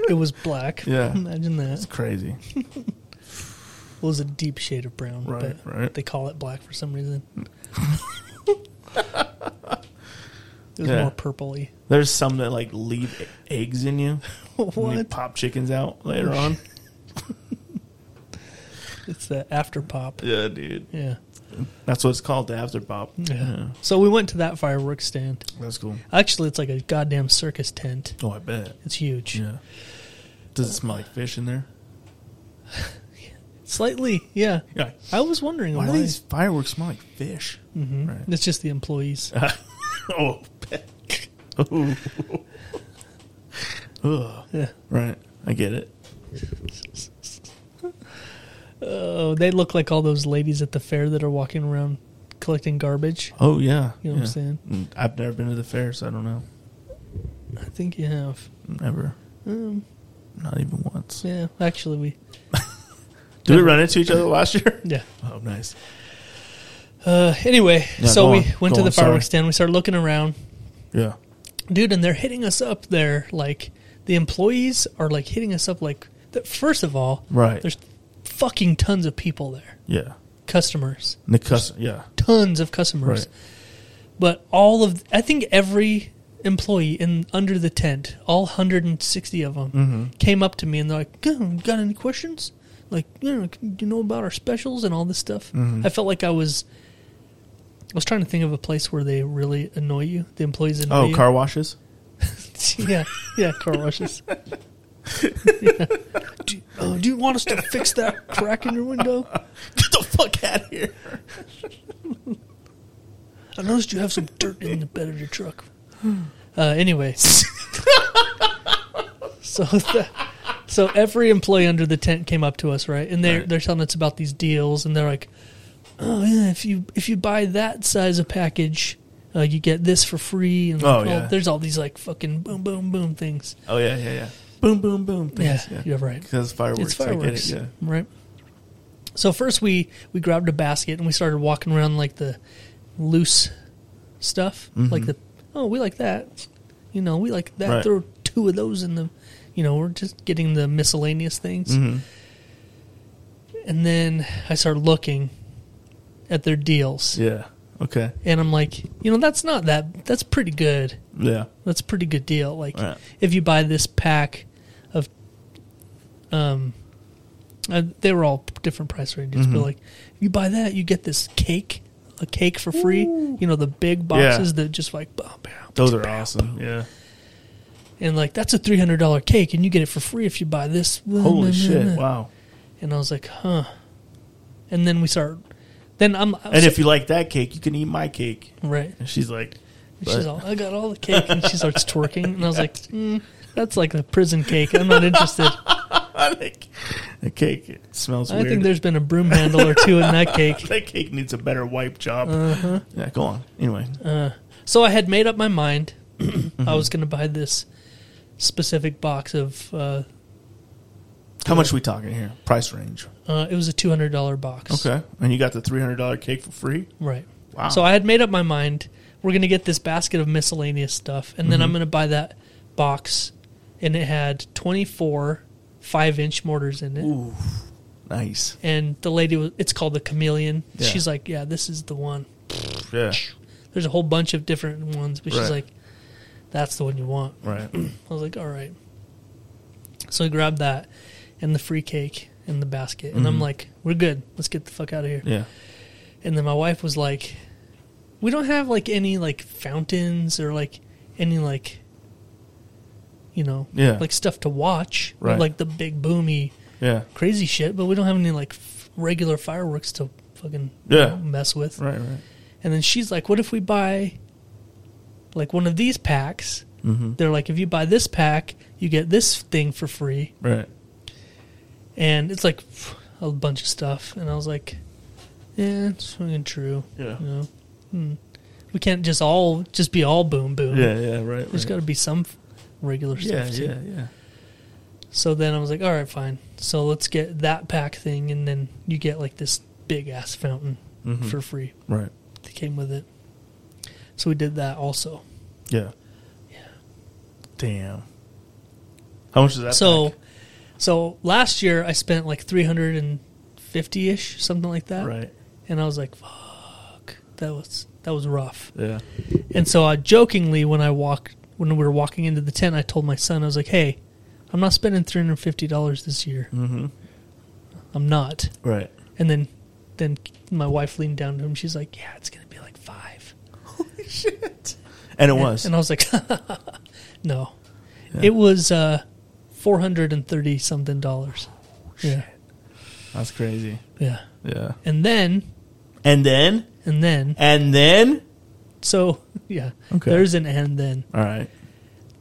Speaker 3: it was black.
Speaker 2: Yeah.
Speaker 3: imagine that.
Speaker 2: Crazy.
Speaker 3: It was a deep shade of brown.
Speaker 2: Right,
Speaker 3: but
Speaker 2: right. Mm.
Speaker 3: They call it black for some reason. it was
Speaker 2: Yeah.
Speaker 3: more purpley.
Speaker 2: There's some that like leave e- eggs in you. And they
Speaker 3: What?
Speaker 2: pop chickens out later on.
Speaker 3: It's the after pop.
Speaker 2: yeah, dude.
Speaker 3: Yeah.
Speaker 2: That's what it's called, the after pop.
Speaker 3: Yeah. So we went to that fireworks stand.
Speaker 2: That's cool.
Speaker 3: Actually, it's like a goddamn circus tent.
Speaker 2: Oh, I bet.
Speaker 3: It's huge.
Speaker 2: Yeah. Does it smell like fish in there?
Speaker 3: Slightly, yeah.
Speaker 2: Yeah.
Speaker 3: I was wondering why.
Speaker 2: Why do these fireworks smell like fish? Right.
Speaker 3: It's just the employees.
Speaker 2: Uh-huh. Oh, Ooh. Ugh.
Speaker 3: Yeah.
Speaker 2: Right. I get it.
Speaker 3: Oh, they look like all those ladies at the fair that are walking around collecting garbage.
Speaker 2: Oh yeah.
Speaker 3: You know what I'm
Speaker 2: Yeah.
Speaker 3: saying?
Speaker 2: Mm, I've never been to the fair, so I don't know.
Speaker 3: I think you have.
Speaker 2: Never. Um. Not even once.
Speaker 3: Yeah, actually, we.
Speaker 2: Did we run into each other last year?
Speaker 3: Yeah.
Speaker 2: Oh, nice.
Speaker 3: Uh, anyway,
Speaker 2: Yeah,
Speaker 3: so
Speaker 2: go
Speaker 3: we
Speaker 2: on,
Speaker 3: went
Speaker 2: go
Speaker 3: to the
Speaker 2: on, sorry.
Speaker 3: fireworks stand. We started looking around.
Speaker 2: Yeah.
Speaker 3: dude and they're hitting us up there like the employees are like hitting us up like th- first of all
Speaker 2: Right.
Speaker 3: there's fucking tons of people there
Speaker 2: Yeah.
Speaker 3: customers
Speaker 2: And the cus- Yeah.
Speaker 3: tons of customers
Speaker 2: Right.
Speaker 3: but all of i think every employee in under the tent all 160 of them came up to me and they're like "Gun, got any questions like you know do you know about our specials and all this stuff i felt like i was i was trying to think of a place where they really annoy you the employees annoy
Speaker 2: Oh,
Speaker 3: you
Speaker 2: car washes.
Speaker 3: yeah, yeah, car washes. yeah. Do, uh, do you want us to fix that crack in your window?
Speaker 2: Get the fuck out of here.
Speaker 3: I noticed you have some dirt in the bed of your truck. Uh, anyway, so the, so every employee under the tent came up to us, right? And they're
Speaker 2: Right.
Speaker 3: they're telling us about these deals, and they're like, "Oh yeah, if you if you buy that size of package, uh, you get this for free." And
Speaker 2: Oh,
Speaker 3: like,
Speaker 2: yeah.
Speaker 3: there's all these like fucking boom, boom, boom things.
Speaker 2: Oh yeah, yeah, yeah. Boom, boom, boom.
Speaker 3: Yeah,
Speaker 2: Things,
Speaker 3: you're right.
Speaker 2: Because fireworks.
Speaker 3: It's fireworks,
Speaker 2: I get it.
Speaker 3: right? So first we we grabbed a basket and we started walking around like the loose stuff, like the oh we like that, you know we like that.
Speaker 2: Mm-hmm. Right.
Speaker 3: Throw two of those in the, you know we're just getting the miscellaneous things,
Speaker 2: Mm-hmm.
Speaker 3: and then I started looking at their deals,
Speaker 2: Yeah. Yeah. Okay.
Speaker 3: and I'm like, you know that's not that that's pretty good.
Speaker 2: Yeah.
Speaker 3: That's a pretty good deal. Like
Speaker 2: Right.
Speaker 3: if you buy this pack of, um, uh, they were all different price ranges,
Speaker 2: Mm-hmm.
Speaker 3: but like if you buy that, you get this cake, a cake for free. You know the big boxes that just like bam, bam,
Speaker 2: Those are awesome. Yeah.
Speaker 3: and like that's a three hundred dollar cake, and you get it for free if you buy this.
Speaker 2: Holy shit! Wow.
Speaker 3: And I was like, huh. And then we start Then I'm
Speaker 2: And if you like that cake, you can eat my cake.
Speaker 3: right.
Speaker 2: And she's like,
Speaker 3: And She's
Speaker 2: but-
Speaker 3: all, I got all the cake, and she starts twerking, and I was like, mm, that's like a prison cake. I'm not interested.
Speaker 2: the cake it smells
Speaker 3: I
Speaker 2: weird.
Speaker 3: think there's been a broom handle or two in that cake.
Speaker 2: that cake needs a better wipe job.
Speaker 3: Uh-huh.
Speaker 2: Yeah, go on. Anyway,
Speaker 3: So I had made up my mind. I was going to buy this specific box of. Uh,
Speaker 2: how much we talking here? Price range.
Speaker 3: uh, it was a two hundred dollar box.
Speaker 2: Okay, and you got the three hundred dollar cake for free.
Speaker 3: Right.
Speaker 2: Wow.
Speaker 3: So I had made up my mind. We're going to get this basket of miscellaneous stuff, and
Speaker 2: Mm-hmm.
Speaker 3: then I'm going to buy that box, and it had 24 five inch mortars in it.
Speaker 2: Nice.
Speaker 3: And the lady, was, it's called the Chameleon.
Speaker 2: Yeah.
Speaker 3: She's like, "Yeah, this is the one."
Speaker 2: Yeah.
Speaker 3: There's a whole bunch of different ones, but she's
Speaker 2: Right.
Speaker 3: like, "That's the one you want."
Speaker 2: Right.
Speaker 3: I was like, "All right." So I grabbed that and the free cake in the basket, and
Speaker 2: Mm-hmm.
Speaker 3: I'm like, "We're good. Let's get the fuck out of here."
Speaker 2: Yeah.
Speaker 3: And then my wife was like, "We don't have like any like fountains or like any like, you know,
Speaker 2: Yeah.
Speaker 3: like stuff to watch, or,
Speaker 2: Right.
Speaker 3: like the big boomy
Speaker 2: Yeah.
Speaker 3: crazy shit. But we don't have any like f- regular fireworks to fucking
Speaker 2: Yeah.
Speaker 3: mess with."
Speaker 2: Right. Right.
Speaker 3: And then she's like, "What if we buy like one of these packs?"
Speaker 2: Mm-hmm.
Speaker 3: They're like, "If you buy this pack, you get this thing for free."
Speaker 2: Right.
Speaker 3: and it's like pff, a bunch of stuff. And I was like, yeah, it's fucking true.
Speaker 2: Yeah.
Speaker 3: You know? Hmm. We can't just all just be all boom boom.
Speaker 2: Yeah. Yeah. Right.
Speaker 3: There's
Speaker 2: right.
Speaker 3: got to be some f- regular stuff.
Speaker 2: Yeah.
Speaker 3: too.
Speaker 2: Yeah. Yeah.
Speaker 3: So then I was like, all right, fine. So let's get that pack thing, and then you get like this big ass fountain
Speaker 2: Mm-hmm.
Speaker 3: for free
Speaker 2: Right.
Speaker 3: that came with it. So we did that also.
Speaker 2: Yeah. Yeah. Damn. How much is that?
Speaker 3: so, so last year I spent like three hundred and fifty ish, something like that.
Speaker 2: pack? Right.
Speaker 3: and I was like, "Fuck, that was that was rough."
Speaker 2: Yeah.
Speaker 3: And so, I jokingly, when I walked, when we were walking into the tent, I told my son, I was like, "Hey, I'm not spending three hundred fifty dollars this year. Mm-hmm. I'm not."
Speaker 2: Right.
Speaker 3: And then, then my wife leaned down to him. She's like, "Yeah, it's gonna be like five.
Speaker 2: And it
Speaker 3: And-
Speaker 2: was.
Speaker 3: And I was like, "No, it was uh, four hundred and thirty something dollars." Yeah,
Speaker 2: That's crazy.
Speaker 3: yeah.
Speaker 2: Yeah.
Speaker 3: And then,
Speaker 2: And then.
Speaker 3: and then,
Speaker 2: And then.
Speaker 3: so yeah.
Speaker 2: Okay.
Speaker 3: There's an and then.
Speaker 2: All right.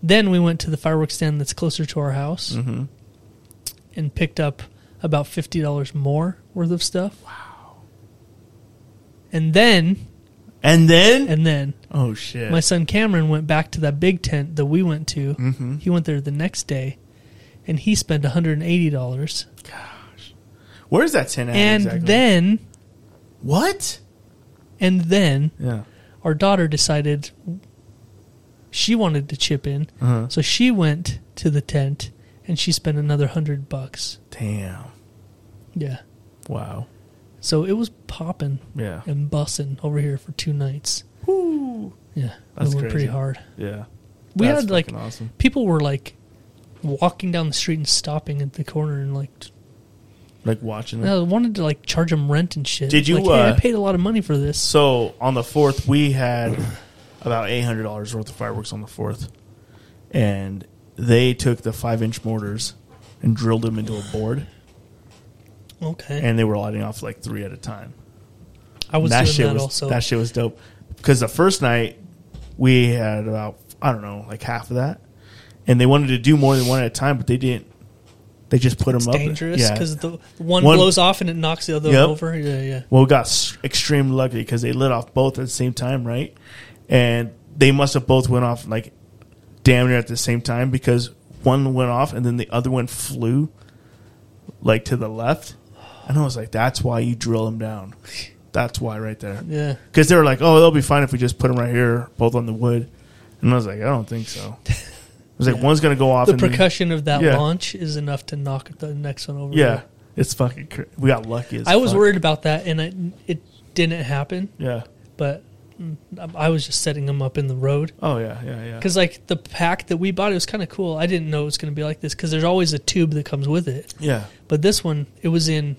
Speaker 3: Then we went to the fireworks stand that's closer to our house
Speaker 2: Mm-hmm.
Speaker 3: and picked up about $50 more worth of stuff. Wow. And then,
Speaker 2: And then.
Speaker 3: and then,
Speaker 2: oh shit.
Speaker 3: my son Cameron went back to that big tent that we went to.
Speaker 2: Mm-hmm.
Speaker 3: He went there the next day and he spent $180.
Speaker 2: Where's that tin at?
Speaker 3: and
Speaker 2: exactly?
Speaker 3: then,
Speaker 2: What?
Speaker 3: and then,
Speaker 2: Yeah.
Speaker 3: our daughter decided she wanted to chip in. So she went to the tent and she spent another 100 bucks.
Speaker 2: Damn.
Speaker 3: Yeah.
Speaker 2: Wow.
Speaker 3: So it was popping
Speaker 2: Yeah.
Speaker 3: and bussing over here for two nights. Yeah,
Speaker 2: That's
Speaker 3: we went pretty
Speaker 2: crazy.
Speaker 3: hard.
Speaker 2: Yeah.
Speaker 3: We
Speaker 2: That's
Speaker 3: had like
Speaker 2: fucking awesome.
Speaker 3: people were like walking down the street and stopping at the corner and like t-
Speaker 2: Like watching.
Speaker 3: I wanted to like charge them rent and shit.
Speaker 2: Hmm. Did you,
Speaker 3: Like, hey,
Speaker 2: uh,
Speaker 3: I paid a lot of money for this.
Speaker 2: So on the fourth, we had about eight hundred dollars worth of fireworks on the fourth, and they took the five inch mortars and drilled them into a board,
Speaker 3: Okay,
Speaker 2: and they were lighting off like three at a time.
Speaker 3: I was
Speaker 2: that
Speaker 3: doing
Speaker 2: shit
Speaker 3: that
Speaker 2: was
Speaker 3: also.
Speaker 2: that shit was dope. Because the first night we had about I don't know like half of that, and they wanted to do more than one at a time, but they didn't. They just put
Speaker 3: it's
Speaker 2: them up.
Speaker 3: dangerous because the one,
Speaker 2: One-
Speaker 3: blows off and it knocks the other
Speaker 2: Yep.
Speaker 3: over. Yeah, yeah.
Speaker 2: Well, we got s- extreme lucky because they lit off both at the same time, right? And they must have both went off like damn near at the same time because one went off and then the other one flew like to the left. And I was like, that's why you drill them down. That's why right there.
Speaker 3: Yeah.
Speaker 2: Because they were like, oh, they'll be fine if we just put them right here, both on the wood. And I was like, I don't think so. I was like, one's going to go off.
Speaker 3: The
Speaker 2: and then-
Speaker 3: percussion of that
Speaker 2: Yeah.
Speaker 3: launch is enough to knock the next one over.
Speaker 2: Yeah. It's fucking cra We got lucky as
Speaker 3: I was
Speaker 2: fuck.
Speaker 3: worried about that, and it, it didn't happen.
Speaker 2: Yeah.
Speaker 3: but mm, I was just setting them up in the road
Speaker 2: Oh, yeah, yeah, yeah.
Speaker 3: because like the pack that we bought, it was kind of cool. I didn't know it was going to be like this because there's always a tube that comes with it,
Speaker 2: Yeah.
Speaker 3: but this one it was in.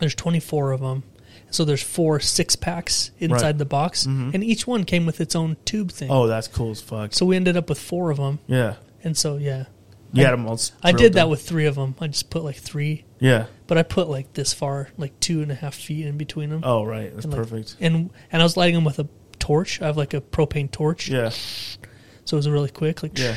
Speaker 3: There's 24 of them, so there's four six packs inside
Speaker 2: Right. Mm-hmm.
Speaker 3: the box, and each one came with its own tube thing.
Speaker 2: Oh, that's cool as fuck.
Speaker 3: so we ended up with four of them,
Speaker 2: Yeah.
Speaker 3: and so yeah,
Speaker 2: You had them all. s-
Speaker 3: I
Speaker 2: drilled
Speaker 3: did that
Speaker 2: in.
Speaker 3: with three of them. I just put like three,
Speaker 2: Yeah.
Speaker 3: but I put like this far, like two and a half feet in between them.
Speaker 2: Oh right, that's
Speaker 3: and, like-
Speaker 2: perfect.
Speaker 3: And and I was lighting them with a torch. I have like a propane torch.
Speaker 2: Yeah,
Speaker 3: So it was really quick. Like
Speaker 2: Yeah.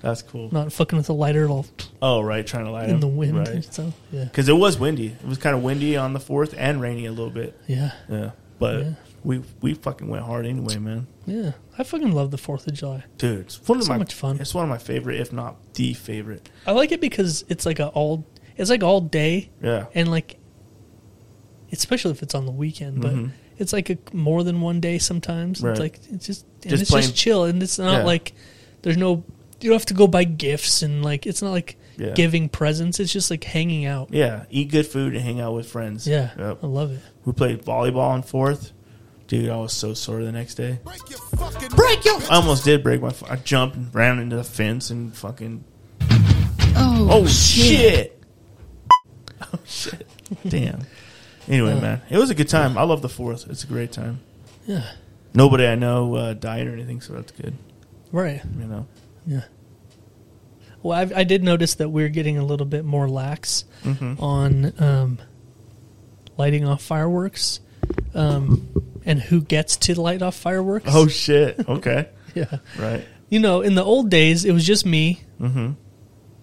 Speaker 2: that's cool.
Speaker 3: not fucking with a lighter at all
Speaker 2: Oh right, trying to light them.
Speaker 3: in the wind.
Speaker 2: Right.
Speaker 3: So yeah,
Speaker 2: Because it was windy. It was kind of windy on the fourth and rainy a little bit.
Speaker 3: yeah,
Speaker 2: Yeah, but
Speaker 3: Yeah.
Speaker 2: we we fucking went hard anyway, man.
Speaker 3: yeah. I fucking love the Fourth of July.
Speaker 2: Dude, it's one of
Speaker 3: So
Speaker 2: my
Speaker 3: much fun.
Speaker 2: It's one of my favorite, if not the favorite.
Speaker 3: I like it because it's like a all it's like all day
Speaker 2: Yeah,
Speaker 3: and like especially if it's on the weekend, but it's like a more than one day sometimes.
Speaker 2: Mm-hmm. Right.
Speaker 3: It's like it's just and
Speaker 2: Just
Speaker 3: it's
Speaker 2: plain-
Speaker 3: just chill and it's not
Speaker 2: Yeah.
Speaker 3: like there's no you don't have to go buy gifts and like it's not like
Speaker 2: Yeah.
Speaker 3: giving presents. It's just like hanging out.
Speaker 2: yeah. Eat good food and hang out with friends.
Speaker 3: Yeah,
Speaker 2: Yep.
Speaker 3: I love it.
Speaker 2: We played volleyball on fourth. Dude, I was so sore the next day.
Speaker 4: Break your fucking Break your
Speaker 2: I almost did break my. I jumped and ran into the fence and fucking. Oh, shit. Oh shit! Damn. Anyway, man, it was a good time. I love the fourth. It's a great time.
Speaker 3: Yeah,
Speaker 2: Nobody I know uh, died or anything, so that's good.
Speaker 3: right.
Speaker 2: You know.
Speaker 3: Yeah. Well, I've, I did notice that we're getting a little bit more lax
Speaker 2: Mm-hmm.
Speaker 3: on um, lighting off fireworks um, and who gets to light off fireworks.
Speaker 2: Oh shit. Okay.
Speaker 3: yeah.
Speaker 2: right.
Speaker 3: You know, in the old days, it was just me. Mm-hmm.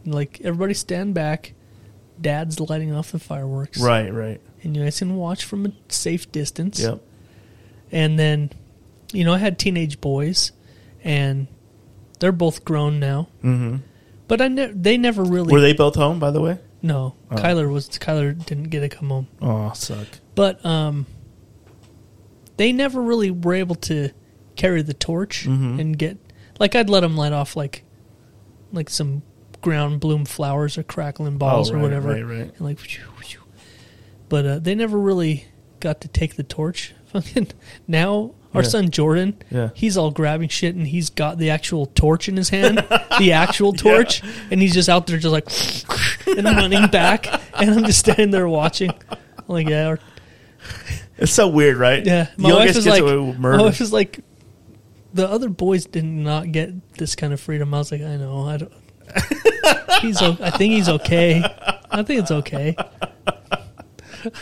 Speaker 3: Like, everybody stand back. Dad's lighting off the fireworks.
Speaker 2: Right. Right.
Speaker 3: And you guys can watch from a safe distance.
Speaker 2: Yep.
Speaker 3: And then, you know, I had teenage boys, and they're both grown now. Mm-hmm. But I ne- they never really
Speaker 2: Were they Oh. both home, by the way?
Speaker 3: No, Kyler was Kyler didn't get to come home,
Speaker 2: Oh, suck.
Speaker 3: but um, they never really were able to carry the torch
Speaker 2: Mm-hmm.
Speaker 3: and get like I'd let them light off like like some ground bloom flowers or crackling balls
Speaker 2: Oh, right,
Speaker 3: or whatever,
Speaker 2: right, right.
Speaker 3: and like. whew, whew. But uh, they never really got to take the torch. Fucking now, our
Speaker 2: Yeah.
Speaker 3: son Jordan,
Speaker 2: Yeah.
Speaker 3: he's all grabbing shit and he's got the actual torch in his hand, the actual torch, and he's just out there just like and running back, and I'm just standing there watching. I'm like, yeah, or,
Speaker 2: It's so weird, right?
Speaker 3: yeah.
Speaker 2: The
Speaker 3: My wife
Speaker 2: youngest
Speaker 3: is
Speaker 2: gets
Speaker 3: like,
Speaker 2: away with
Speaker 3: my
Speaker 2: murder.
Speaker 3: wife is like, the other boys did not get this kind of freedom. I was like, I know, I don't. he's, o- I think he's okay. I think it's okay.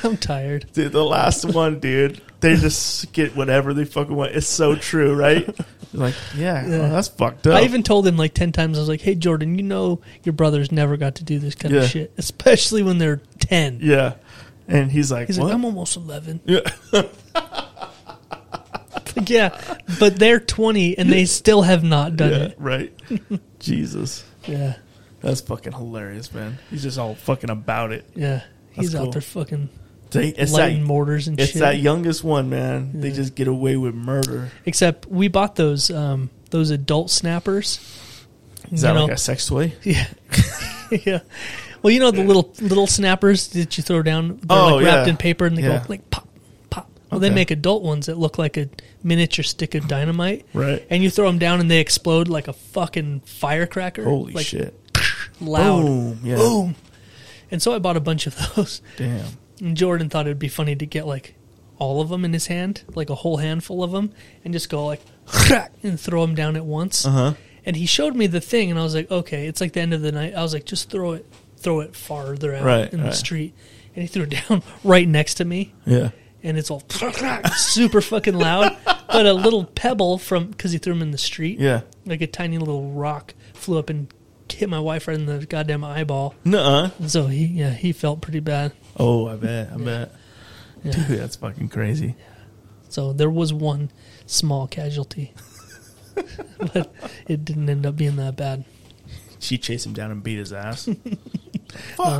Speaker 3: I'm tired.
Speaker 2: Dude, the last one, dude. They just get whatever they fucking want. It's so true, right? like, yeah, well, that's fucked up.
Speaker 3: I even told him like 10 times, I was like, hey, Jordan, you know your brothers never got to do this kind
Speaker 2: Yeah.
Speaker 3: of shit, especially when they're 10.
Speaker 2: yeah. And he's like,
Speaker 3: He's
Speaker 2: what?
Speaker 3: like, I'm almost 11.
Speaker 2: Yeah.
Speaker 3: Like, yeah, but they're 20 and they still have not done
Speaker 2: yeah,
Speaker 3: it.
Speaker 2: right. Jesus.
Speaker 3: Yeah,
Speaker 2: That's fucking hilarious, man. He's just all fucking about it.
Speaker 3: yeah. He's
Speaker 2: cool.
Speaker 3: out there fucking
Speaker 2: They- It's,
Speaker 3: lighting
Speaker 2: that,
Speaker 3: mortars and
Speaker 2: it's
Speaker 3: shit.
Speaker 2: that youngest one, man. They
Speaker 3: Yeah.
Speaker 2: just get away with murder.
Speaker 3: Except we bought those um, those adult snappers.
Speaker 2: Is
Speaker 3: You
Speaker 2: that
Speaker 3: know-
Speaker 2: like a sex toy?
Speaker 3: Yeah. yeah. Well, you know the little little snappers that you throw down. They're
Speaker 2: Oh,
Speaker 3: like wrapped
Speaker 2: yeah.
Speaker 3: in paper and they
Speaker 2: Yeah.
Speaker 3: go like pop, pop. Well, they
Speaker 2: Okay.
Speaker 3: make adult ones that look like a miniature stick of dynamite.
Speaker 2: Right.
Speaker 3: And you throw them down and they explode like a fucking firecracker.
Speaker 2: Holy
Speaker 3: like,
Speaker 2: shit.
Speaker 3: Loud.
Speaker 2: Boom. Yeah.
Speaker 3: Boom. And so I bought a bunch of those.
Speaker 2: Damn.
Speaker 3: And Jordan thought it'd be funny to get like all of them in his hand, like a whole handful of them, and just go like crack and throw them down at once. Uh-huh. And he showed me the thing, and I was like, okay, it's like the end of the night. I was like, just throw it, throw it farther out
Speaker 2: Right,
Speaker 3: in the
Speaker 2: right.
Speaker 3: street. And he threw it down right next to me,
Speaker 2: Yeah.
Speaker 3: and it's all super fucking loud. But a little pebble from because he threw him in the street,
Speaker 2: Yeah.
Speaker 3: like a tiny little rock, flew up and hit my wife right in the goddamn eyeball.
Speaker 2: Nuh-uh.
Speaker 3: And so he, yeah, he felt pretty bad.
Speaker 2: Oh, I bet. I bet.
Speaker 3: Yeah.
Speaker 2: Dude, that's fucking crazy.
Speaker 3: So there was one small casualty, but it didn't end up being that bad.
Speaker 2: She chased him down and beat his ass.
Speaker 3: Uh-huh.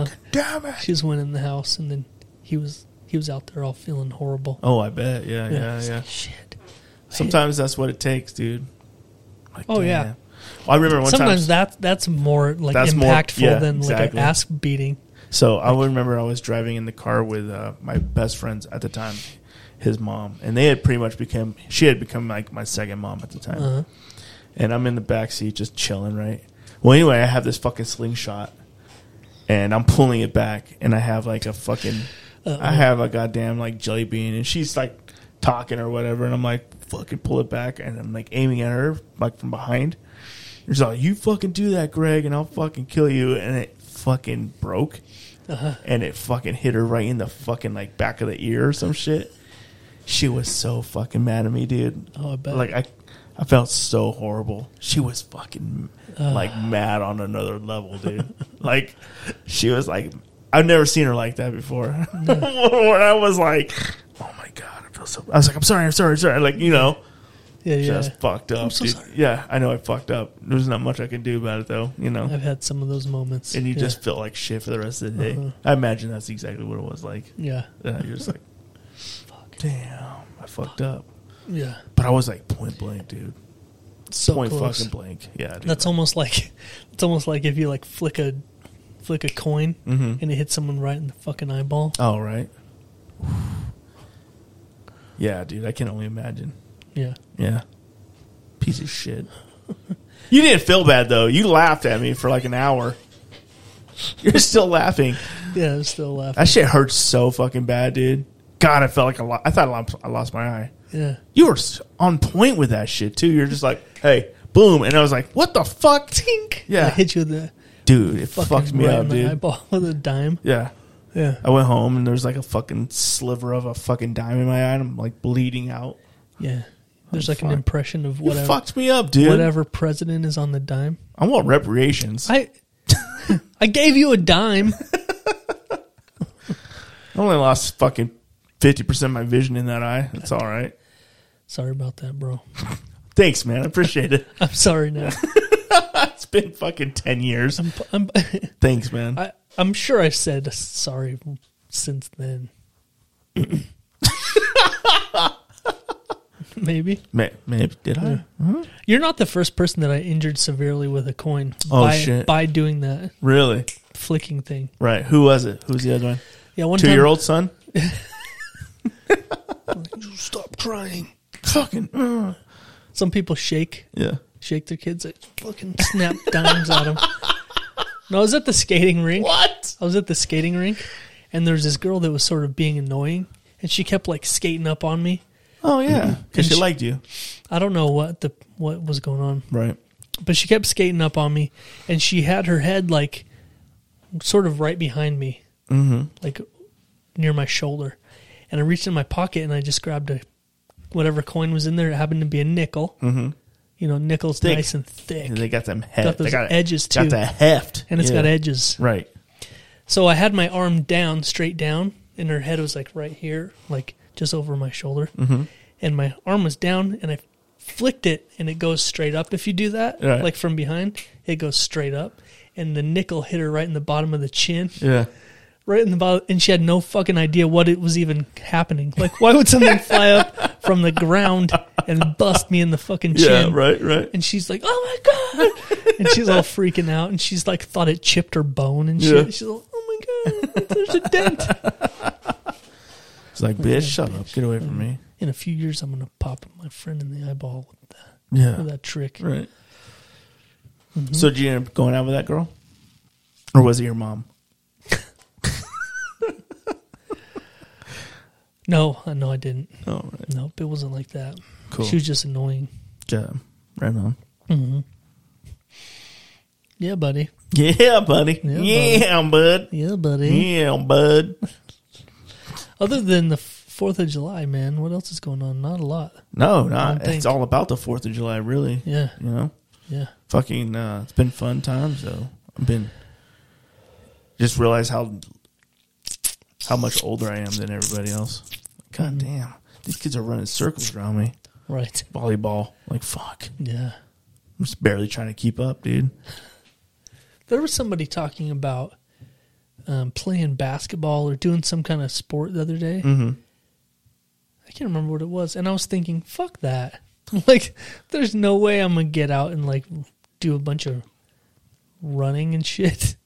Speaker 4: fuck. Damn it.
Speaker 3: She just went in the house, and then he was he was out there all feeling horrible.
Speaker 2: oh, I bet. Yeah, yeah,
Speaker 3: It's
Speaker 2: yeah.
Speaker 3: like, Shit.
Speaker 2: Sometimes that's what it takes, dude. Like,
Speaker 3: Oh,
Speaker 2: damn.
Speaker 3: yeah.
Speaker 2: Well, I remember one
Speaker 3: Sometimes
Speaker 2: time.
Speaker 3: that that's more like
Speaker 2: That's more-
Speaker 3: impactful
Speaker 2: yeah,
Speaker 3: than like an
Speaker 2: exactly.
Speaker 3: ass beating.
Speaker 2: so I remember I was driving in the car with uh, my best friends at the time, his mom, and they had pretty much become. She had become like my second mom at the time,
Speaker 3: Uh-huh.
Speaker 2: and I'm in the back seat just chilling, right? Well, anyway, I have this fucking slingshot, and I'm pulling it back, and I have like a fucking, I have a goddamn like jelly bean, and she's like talking or whatever, and I'm like fucking pull it back, and I'm like aiming at her like from behind, He's like, "You fucking do that, Greg, and I'll fucking kill you." And it fucking broke, and it fucking hit her right in the fucking like back of the ear or some shit. She was so fucking mad at me, dude.
Speaker 3: Oh, I bet.
Speaker 2: Like I, I felt so horrible. She was fucking like mad on another level, dude. like she was like, I've never seen her like that before.
Speaker 3: Mm.
Speaker 2: when I was like, oh my god, I feel so. I was like, I'm sorry, I'm sorry, I'm sorry. Like you know
Speaker 3: Yeah, yeah.
Speaker 2: just fucked up.
Speaker 3: so
Speaker 2: dude.
Speaker 3: sorry.
Speaker 2: Yeah, I know I fucked up. There's not much I can do about it though, you know.
Speaker 3: I've had some of those moments.
Speaker 2: and you
Speaker 3: yeah. Uh-huh.
Speaker 2: just feel like shit for the rest of the day. I imagine that's exactly what it was like.
Speaker 3: yeah,
Speaker 2: Yeah, you're just like, damn, I fucked up.
Speaker 3: yeah.
Speaker 2: But I was like point blank, dude.
Speaker 3: So
Speaker 2: point
Speaker 3: close.
Speaker 2: fucking blank. Yeah, dude.
Speaker 3: That's almost like it's almost like if you like flick a flick a coin
Speaker 2: Mm-hmm.
Speaker 3: and it hits someone right in the fucking eyeball.
Speaker 2: all Oh, right. Yeah, dude. I can only imagine.
Speaker 3: Yeah.
Speaker 2: Yeah. Piece of shit. You didn't feel bad though. You laughed at me for like an hour. You're still laughing.
Speaker 3: Yeah, I'm still laughing.
Speaker 2: That shit hurts so fucking bad, dude. God, I felt like a lot. I thought I lost, I lost my eye.
Speaker 3: Yeah.
Speaker 2: You were s- on point with that shit too. You're just like, hey, boom, and I was like, what the fuck, tink?
Speaker 3: I
Speaker 2: Yeah,
Speaker 3: hit you with the
Speaker 2: dude, it
Speaker 3: fucking
Speaker 2: fucked me
Speaker 3: right
Speaker 2: up,
Speaker 3: in the
Speaker 2: dude.
Speaker 3: eyeball with a dime.
Speaker 2: Yeah,
Speaker 3: Yeah.
Speaker 2: I went home and there was like a fucking sliver of a fucking dime in my eye, and I'm like bleeding out.
Speaker 3: Yeah. There's like
Speaker 2: fuck.
Speaker 3: an impression of
Speaker 2: You
Speaker 3: whatever
Speaker 2: fucked me up, dude.
Speaker 3: whatever president is on the dime.
Speaker 2: I want reparations. I,
Speaker 3: I I gave you a dime.
Speaker 2: only lost fucking fifty percent of my vision in that eye. It's all right.
Speaker 3: Sorry about that, bro.
Speaker 2: Thanks, man. I appreciate it.
Speaker 3: I'm sorry now.
Speaker 2: It's been fucking ten years.
Speaker 3: I'm, I'm,
Speaker 2: Thanks, man.
Speaker 3: I, I'm sure I've said sorry since then. Maybe.
Speaker 2: May, maybe did I?
Speaker 3: You're not the first person that I injured severely with a coin
Speaker 2: Oh,
Speaker 3: by,
Speaker 2: shit.
Speaker 3: by doing that
Speaker 2: Really?
Speaker 3: flicking thing.
Speaker 2: Right. Who was it? Who's the other one?
Speaker 3: Yeah, one
Speaker 2: Two
Speaker 3: time-
Speaker 2: year old son?
Speaker 3: Stop crying.
Speaker 2: Fucking. uh.
Speaker 3: Some people shake
Speaker 2: Yeah.
Speaker 3: shake their kids. They fucking snap dimes at them. No, I was at the skating rink.
Speaker 2: What?
Speaker 3: I was at the skating rink, and there was this girl that was sort of being annoying, and she kept like skating up on me.
Speaker 2: Oh, yeah. Because she
Speaker 3: Mm-hmm. she-
Speaker 2: liked you.
Speaker 3: I don't know what the what was going on,
Speaker 2: Right.
Speaker 3: but she kept skating up on me, and she had her head like sort of right behind me, mm-hmm. like near my shoulder. And I reached in my pocket and I just grabbed a whatever coin was in there. It happened to be a nickel. Mm-hmm. You know, nickels
Speaker 2: Thick.
Speaker 3: nice and thick,
Speaker 2: And they got them heft.
Speaker 3: Got
Speaker 2: they
Speaker 3: those
Speaker 2: got
Speaker 3: edges,
Speaker 2: Got
Speaker 3: too.
Speaker 2: that heft.
Speaker 3: and it's
Speaker 2: it's
Speaker 3: got edges.
Speaker 2: Right.
Speaker 3: So I had my arm down, straight down, and her head was like right here, like just over my shoulder. Mm-hmm. And my arm was down, and I flicked it, and it goes straight up. If you do that,
Speaker 2: Right.
Speaker 3: like from behind, it goes straight up. And the nickel hit her right in the bottom of the chin,
Speaker 2: Yeah.
Speaker 3: right in the bottom, and she had no fucking idea what it was even happening. Like, why would something fly up from the ground and bust me in the fucking chin?
Speaker 2: Yeah. Right. Right.
Speaker 3: and she's like, "Oh my god!" and she's all freaking out, and she's like, thought it chipped her bone and shit.
Speaker 2: Yeah.
Speaker 3: She's like, "Oh my god, there's a dent."
Speaker 2: It's like, bitch, shut up. Get away from me.
Speaker 3: In a few years, I'm gonna pop my friend in the eyeball with that,
Speaker 2: Yeah.
Speaker 3: with Mm-hmm. that Mm-hmm. trick.
Speaker 2: Right. So did you end up going out with that girl? Or was it your mom?
Speaker 3: No, I no, I didn't.
Speaker 2: Oh, right.
Speaker 3: Nope, it wasn't like that.
Speaker 2: Cool. Mm-hmm.
Speaker 3: She was just annoying.
Speaker 2: Yeah. Right on.
Speaker 3: Yeah, buddy.
Speaker 2: Yeah, buddy.
Speaker 3: Yeah,
Speaker 2: Yeah,
Speaker 3: bud.
Speaker 2: bud.
Speaker 3: Yeah, buddy.
Speaker 2: Yeah, bud.
Speaker 3: Other than the Fourth of July, man, what else is going on? Not a lot.
Speaker 2: No,
Speaker 3: don't
Speaker 2: not.
Speaker 3: think-
Speaker 2: It's all about the 4th of July, really.
Speaker 3: Yeah,
Speaker 2: You know?
Speaker 3: yeah,
Speaker 2: fucking uh, it's been fun times though. I've been just realize how how much older I am than everybody else. God damn, these kids are running circles around me.
Speaker 3: right.
Speaker 2: Volleyball, like fuck,
Speaker 3: Yeah.
Speaker 2: I'm just barely trying to keep up, dude.
Speaker 3: there was somebody talking about um, playing basketball or doing some kind of sport the other day.
Speaker 2: Mm.
Speaker 3: I can't remember what it was, and I was thinking, "Fuck that!" like, there's no way I'm gonna get out and like do a bunch of running and shit.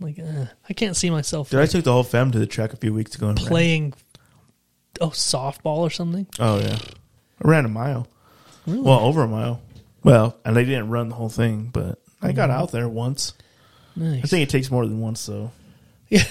Speaker 3: Like, uh, I can't see myself
Speaker 2: Dude, I took the whole fam to the track a few weeks ago and ran.
Speaker 3: playing oh softball or something.
Speaker 2: Oh yeah, I ran a mile.
Speaker 3: Really?
Speaker 2: Well, over a mile. Well, and I didn't run the whole thing, but I got
Speaker 3: Mm-hmm.
Speaker 2: out there once.
Speaker 3: nice.
Speaker 2: I think it takes more than once though.
Speaker 3: yeah,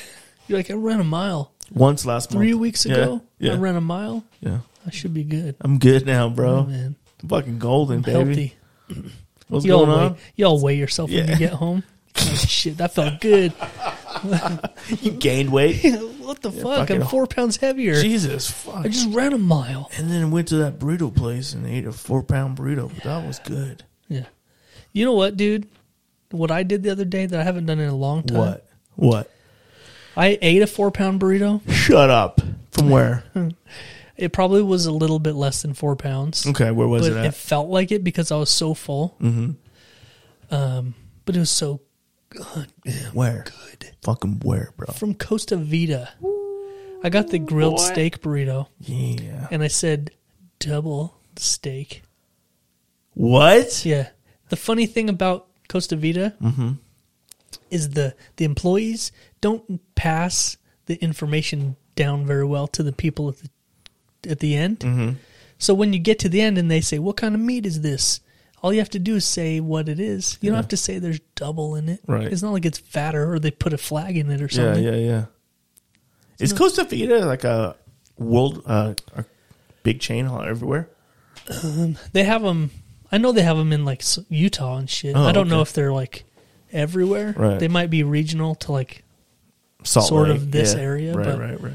Speaker 3: you're like I ran a mile
Speaker 2: Once last month,
Speaker 3: three weeks
Speaker 2: Oh, Yeah,
Speaker 3: ago.
Speaker 2: Yeah,
Speaker 3: I ran a mile.
Speaker 2: yeah.
Speaker 3: I should be good,
Speaker 2: I'm good now, bro.
Speaker 3: man.
Speaker 2: I'm fucking golden,
Speaker 3: I'm
Speaker 2: Oh, baby.
Speaker 3: healthy.
Speaker 2: What's
Speaker 3: y'all
Speaker 2: going on?
Speaker 3: weigh, y'all weigh yourself when
Speaker 2: Yeah.
Speaker 3: you get home. Like, shit, that felt good.
Speaker 2: You gained weight.
Speaker 3: what the fuck?
Speaker 2: fucking-
Speaker 3: I'm four pounds heavier.
Speaker 2: Jesus fuck.
Speaker 3: I just ran a mile.
Speaker 2: and then went to that burrito place and ate a four pound burrito. But that was good.
Speaker 3: Yeah. You know what, dude? What I did the other day that I haven't done in a long time.
Speaker 2: What? What?
Speaker 3: I ate a four pound burrito.
Speaker 2: Shut up. From where?
Speaker 3: It probably was a little bit less than four pounds.
Speaker 2: Okay, where was
Speaker 3: but
Speaker 2: it
Speaker 3: it,
Speaker 2: at?
Speaker 3: felt like it because I was so full. Mm-hmm. Um,
Speaker 2: Mm-hmm.
Speaker 3: but it was so
Speaker 2: where? Good. Fucking where, bro?
Speaker 3: from Costa Vida. I got the grilled steak burrito,
Speaker 2: Yeah.
Speaker 3: and I said double steak.
Speaker 2: What?
Speaker 3: Yeah. The funny thing about Costa Vida
Speaker 2: Mm-hmm.
Speaker 3: is the the employees don't pass the information down very well to the people at the at the end.
Speaker 2: Mm-hmm.
Speaker 3: So when you get to the end and they say, "What kind of meat is this?" All you have to do is say what it is. You don't have to say there's double in it.
Speaker 2: Right.
Speaker 3: It's not like it's fatter or they put a flag in it or
Speaker 2: Yeah,
Speaker 3: something.
Speaker 2: yeah, yeah. Is Costa Vida like a world, uh, a big chain all everywhere?
Speaker 3: They have them. I know they have them in like s- Utah and shit.
Speaker 2: Oh,
Speaker 3: I don't know
Speaker 2: okay.
Speaker 3: if they're like everywhere.
Speaker 2: Right.
Speaker 3: They might be regional to like
Speaker 2: Salt
Speaker 3: Sort of
Speaker 2: Lake,
Speaker 3: this
Speaker 2: yeah.
Speaker 3: area,
Speaker 2: Right,
Speaker 3: but-
Speaker 2: right, right,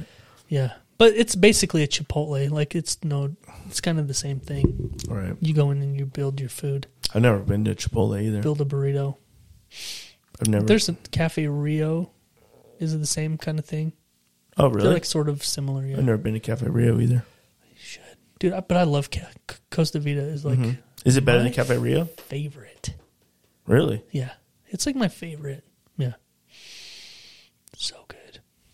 Speaker 3: Yeah, but it's basically a Chipotle. Like it's no, it's kind of the same thing.
Speaker 2: right.
Speaker 3: You go in and you build your food,
Speaker 2: I've never been to Chipotle either.
Speaker 3: build a burrito.
Speaker 2: I've never.
Speaker 3: There's a Cafe Rio. Is it the same kind of thing?
Speaker 2: oh,
Speaker 3: They're
Speaker 2: really?
Speaker 3: like sort of similar. Yeah,
Speaker 2: I've never been to Cafe Rio either.
Speaker 3: dude. I, but I love Ca- C- Costa Vida. Is like
Speaker 2: Is it better than
Speaker 3: What?
Speaker 2: Cafe Rio?
Speaker 3: favorite.
Speaker 2: Really?
Speaker 3: Yeah, it's like my favorite. Yeah, so good.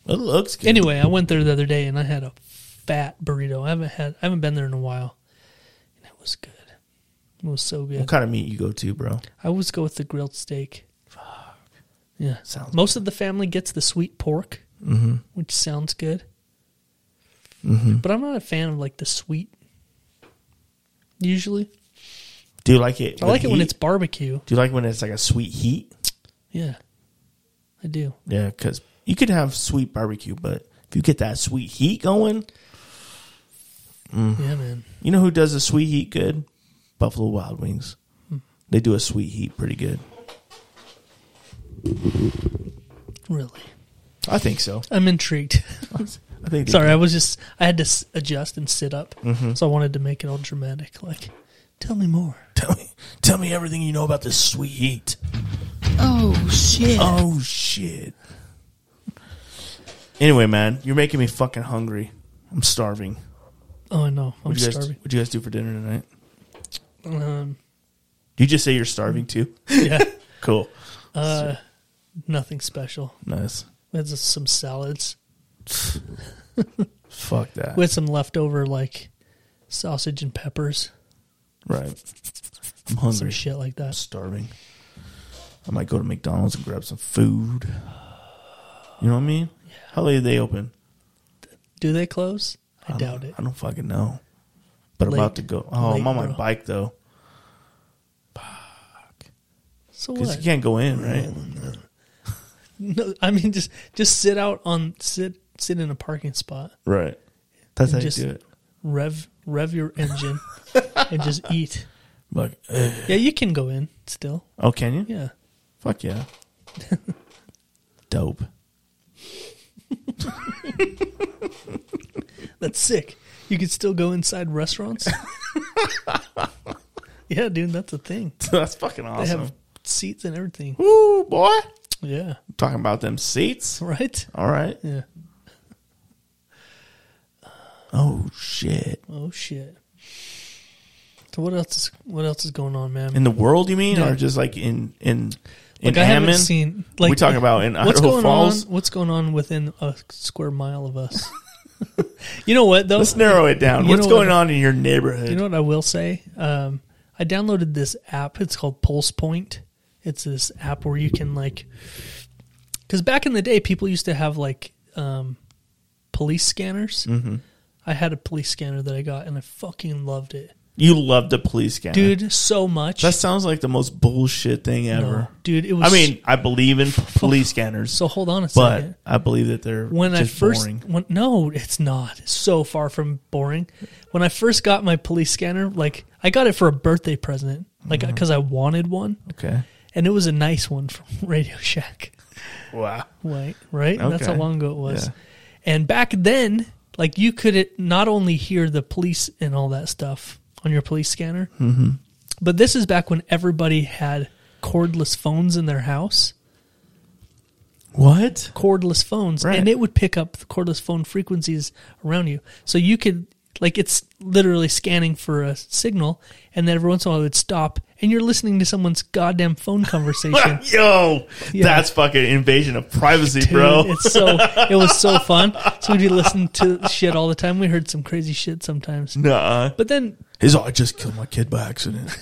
Speaker 2: It looks good.
Speaker 3: Anyway, I went there the other day and I had a fat burrito. I haven't had. I haven't been there in a while, and it was good. It was so good.
Speaker 2: What kind of meat you go to, bro?
Speaker 3: I always go with the grilled steak. Yeah.
Speaker 2: Sounds
Speaker 3: Most of the family gets the sweet pork,
Speaker 2: Mm-hmm.
Speaker 3: which sounds good. But I'm not a fan of like the sweet. Usually,
Speaker 2: Do you like it?
Speaker 3: I
Speaker 2: with
Speaker 3: like it when
Speaker 2: heat?
Speaker 3: it's barbecue.
Speaker 2: Do you like when it's like a sweet heat?
Speaker 3: Yeah, I do.
Speaker 2: Yeah, because you could have sweet barbecue, but if you get that sweet heat going, Mm.
Speaker 3: Yeah, man.
Speaker 2: you know who does the sweet heat good? Buffalo Wild Wings. They do a sweet heat pretty good.
Speaker 3: Really,
Speaker 2: I think so.
Speaker 3: I'm intrigued.
Speaker 2: I think. they-
Speaker 3: Sorry, I was just I had to s- adjust and sit up,
Speaker 2: Mm-hmm.
Speaker 3: so I wanted to make it all dramatic. Like, tell me more.
Speaker 2: Tell me, tell me everything you know about this sweet heat.
Speaker 5: Oh shit.
Speaker 2: Oh shit. Anyway, man, you're making me fucking hungry. I'm starving.
Speaker 3: Oh, I know. I'm
Speaker 2: What you guys?
Speaker 3: starving.
Speaker 2: What you guys do for dinner tonight?
Speaker 3: Um,
Speaker 2: Do you just say you're starving too?
Speaker 3: yeah,
Speaker 2: Cool.
Speaker 3: uh, nothing special.
Speaker 2: Nice.
Speaker 3: We had some salads.
Speaker 2: Fuck that.
Speaker 3: We had some leftover like sausage and peppers,
Speaker 2: right. I'm
Speaker 3: some
Speaker 2: hungry.
Speaker 3: shit like
Speaker 2: I'm
Speaker 3: that.
Speaker 2: starving. I might go to McDonald's and grab some food. You know what I mean? How late do they open?
Speaker 3: Do they close? I, doubt it.
Speaker 2: I don't fucking know. But
Speaker 3: Late.
Speaker 2: about to go. Oh,
Speaker 3: Late,
Speaker 2: I'm on my
Speaker 3: bro.
Speaker 2: bike though.
Speaker 3: So
Speaker 2: Because
Speaker 3: what?
Speaker 2: you can't go in, right?
Speaker 3: No, I mean just just sit out on sit sit in a parking spot,
Speaker 2: Right. That's how
Speaker 3: Just-
Speaker 2: you do it.
Speaker 3: rev rev your engine, and just eat.
Speaker 2: Like, eh.
Speaker 3: Yeah, you can go in still.
Speaker 2: oh, can you?
Speaker 3: Yeah,
Speaker 2: Fuck yeah. Dope.
Speaker 3: that's sick. You could still go inside restaurants. yeah, dude, that's a thing.
Speaker 2: That's fucking
Speaker 3: They
Speaker 2: awesome.
Speaker 3: have seats and everything.
Speaker 2: Woo, boy.
Speaker 3: Yeah,
Speaker 2: Talking about them seats.
Speaker 3: right.
Speaker 2: All right.
Speaker 3: Yeah.
Speaker 2: Oh shit.
Speaker 3: Oh shit. So what else is what else is going on, man?
Speaker 2: In the world, you mean,
Speaker 3: Yeah.
Speaker 2: or just like in in in
Speaker 3: like I haven't
Speaker 2: Hammond?
Speaker 3: seen like
Speaker 2: we talking about in
Speaker 3: what's
Speaker 2: Idaho
Speaker 3: going
Speaker 2: Falls.
Speaker 3: on. What's going on within a square mile of us? you know what though?
Speaker 2: Let's narrow it down.
Speaker 3: You
Speaker 2: What's
Speaker 3: know what
Speaker 2: going
Speaker 3: I-
Speaker 2: on in your neighborhood?
Speaker 3: You know what I will say? Um, I downloaded this app. It's called Pulse Point. It's this app where you can like, because back in the day, people used to have like um, police scanners. Mm-hmm. I had a police scanner that I got, and I fucking loved it,
Speaker 2: you love the police scanner,
Speaker 3: dude, so much.
Speaker 2: That sounds like the most bullshit thing
Speaker 3: No,
Speaker 2: ever.
Speaker 3: dude. It
Speaker 2: I
Speaker 3: was.
Speaker 2: mean, I believe in police scanners,
Speaker 3: So hold on a
Speaker 2: but
Speaker 3: second.
Speaker 2: I believe that they're
Speaker 3: When I
Speaker 2: just
Speaker 3: first
Speaker 2: boring.
Speaker 3: when, no, it's not. It's so far from boring. When I first got my police scanner, like I got it for a birthday present. like
Speaker 2: Mm-hmm.
Speaker 3: because I wanted one,
Speaker 2: Okay.
Speaker 3: and it was a nice one from Radio Shack.
Speaker 2: Wow.
Speaker 3: Right, right. That's how
Speaker 2: Okay.
Speaker 3: long ago it was.
Speaker 2: Yeah.
Speaker 3: And back then, like you could not only hear the police and all that stuff on your police scanner,
Speaker 2: Mm-hmm.
Speaker 3: but this is back when everybody had cordless phones in their house,
Speaker 2: What?
Speaker 3: cordless phones,
Speaker 2: Right.
Speaker 3: and it would pick up the cordless phone frequencies around you. So you could like it's literally scanning for a signal, and then every once in a while it would stop, and you're listening to someone's goddamn phone conversation.
Speaker 2: Yo,
Speaker 3: Yeah.
Speaker 2: that's fucking invasion of privacy,
Speaker 3: Dude,
Speaker 2: bro.
Speaker 3: It's so it was so fun. So we'd be listening to shit all the time. We heard some crazy shit sometimes.
Speaker 2: Nah.
Speaker 3: But then
Speaker 2: He's all, I just killed my kid by accident.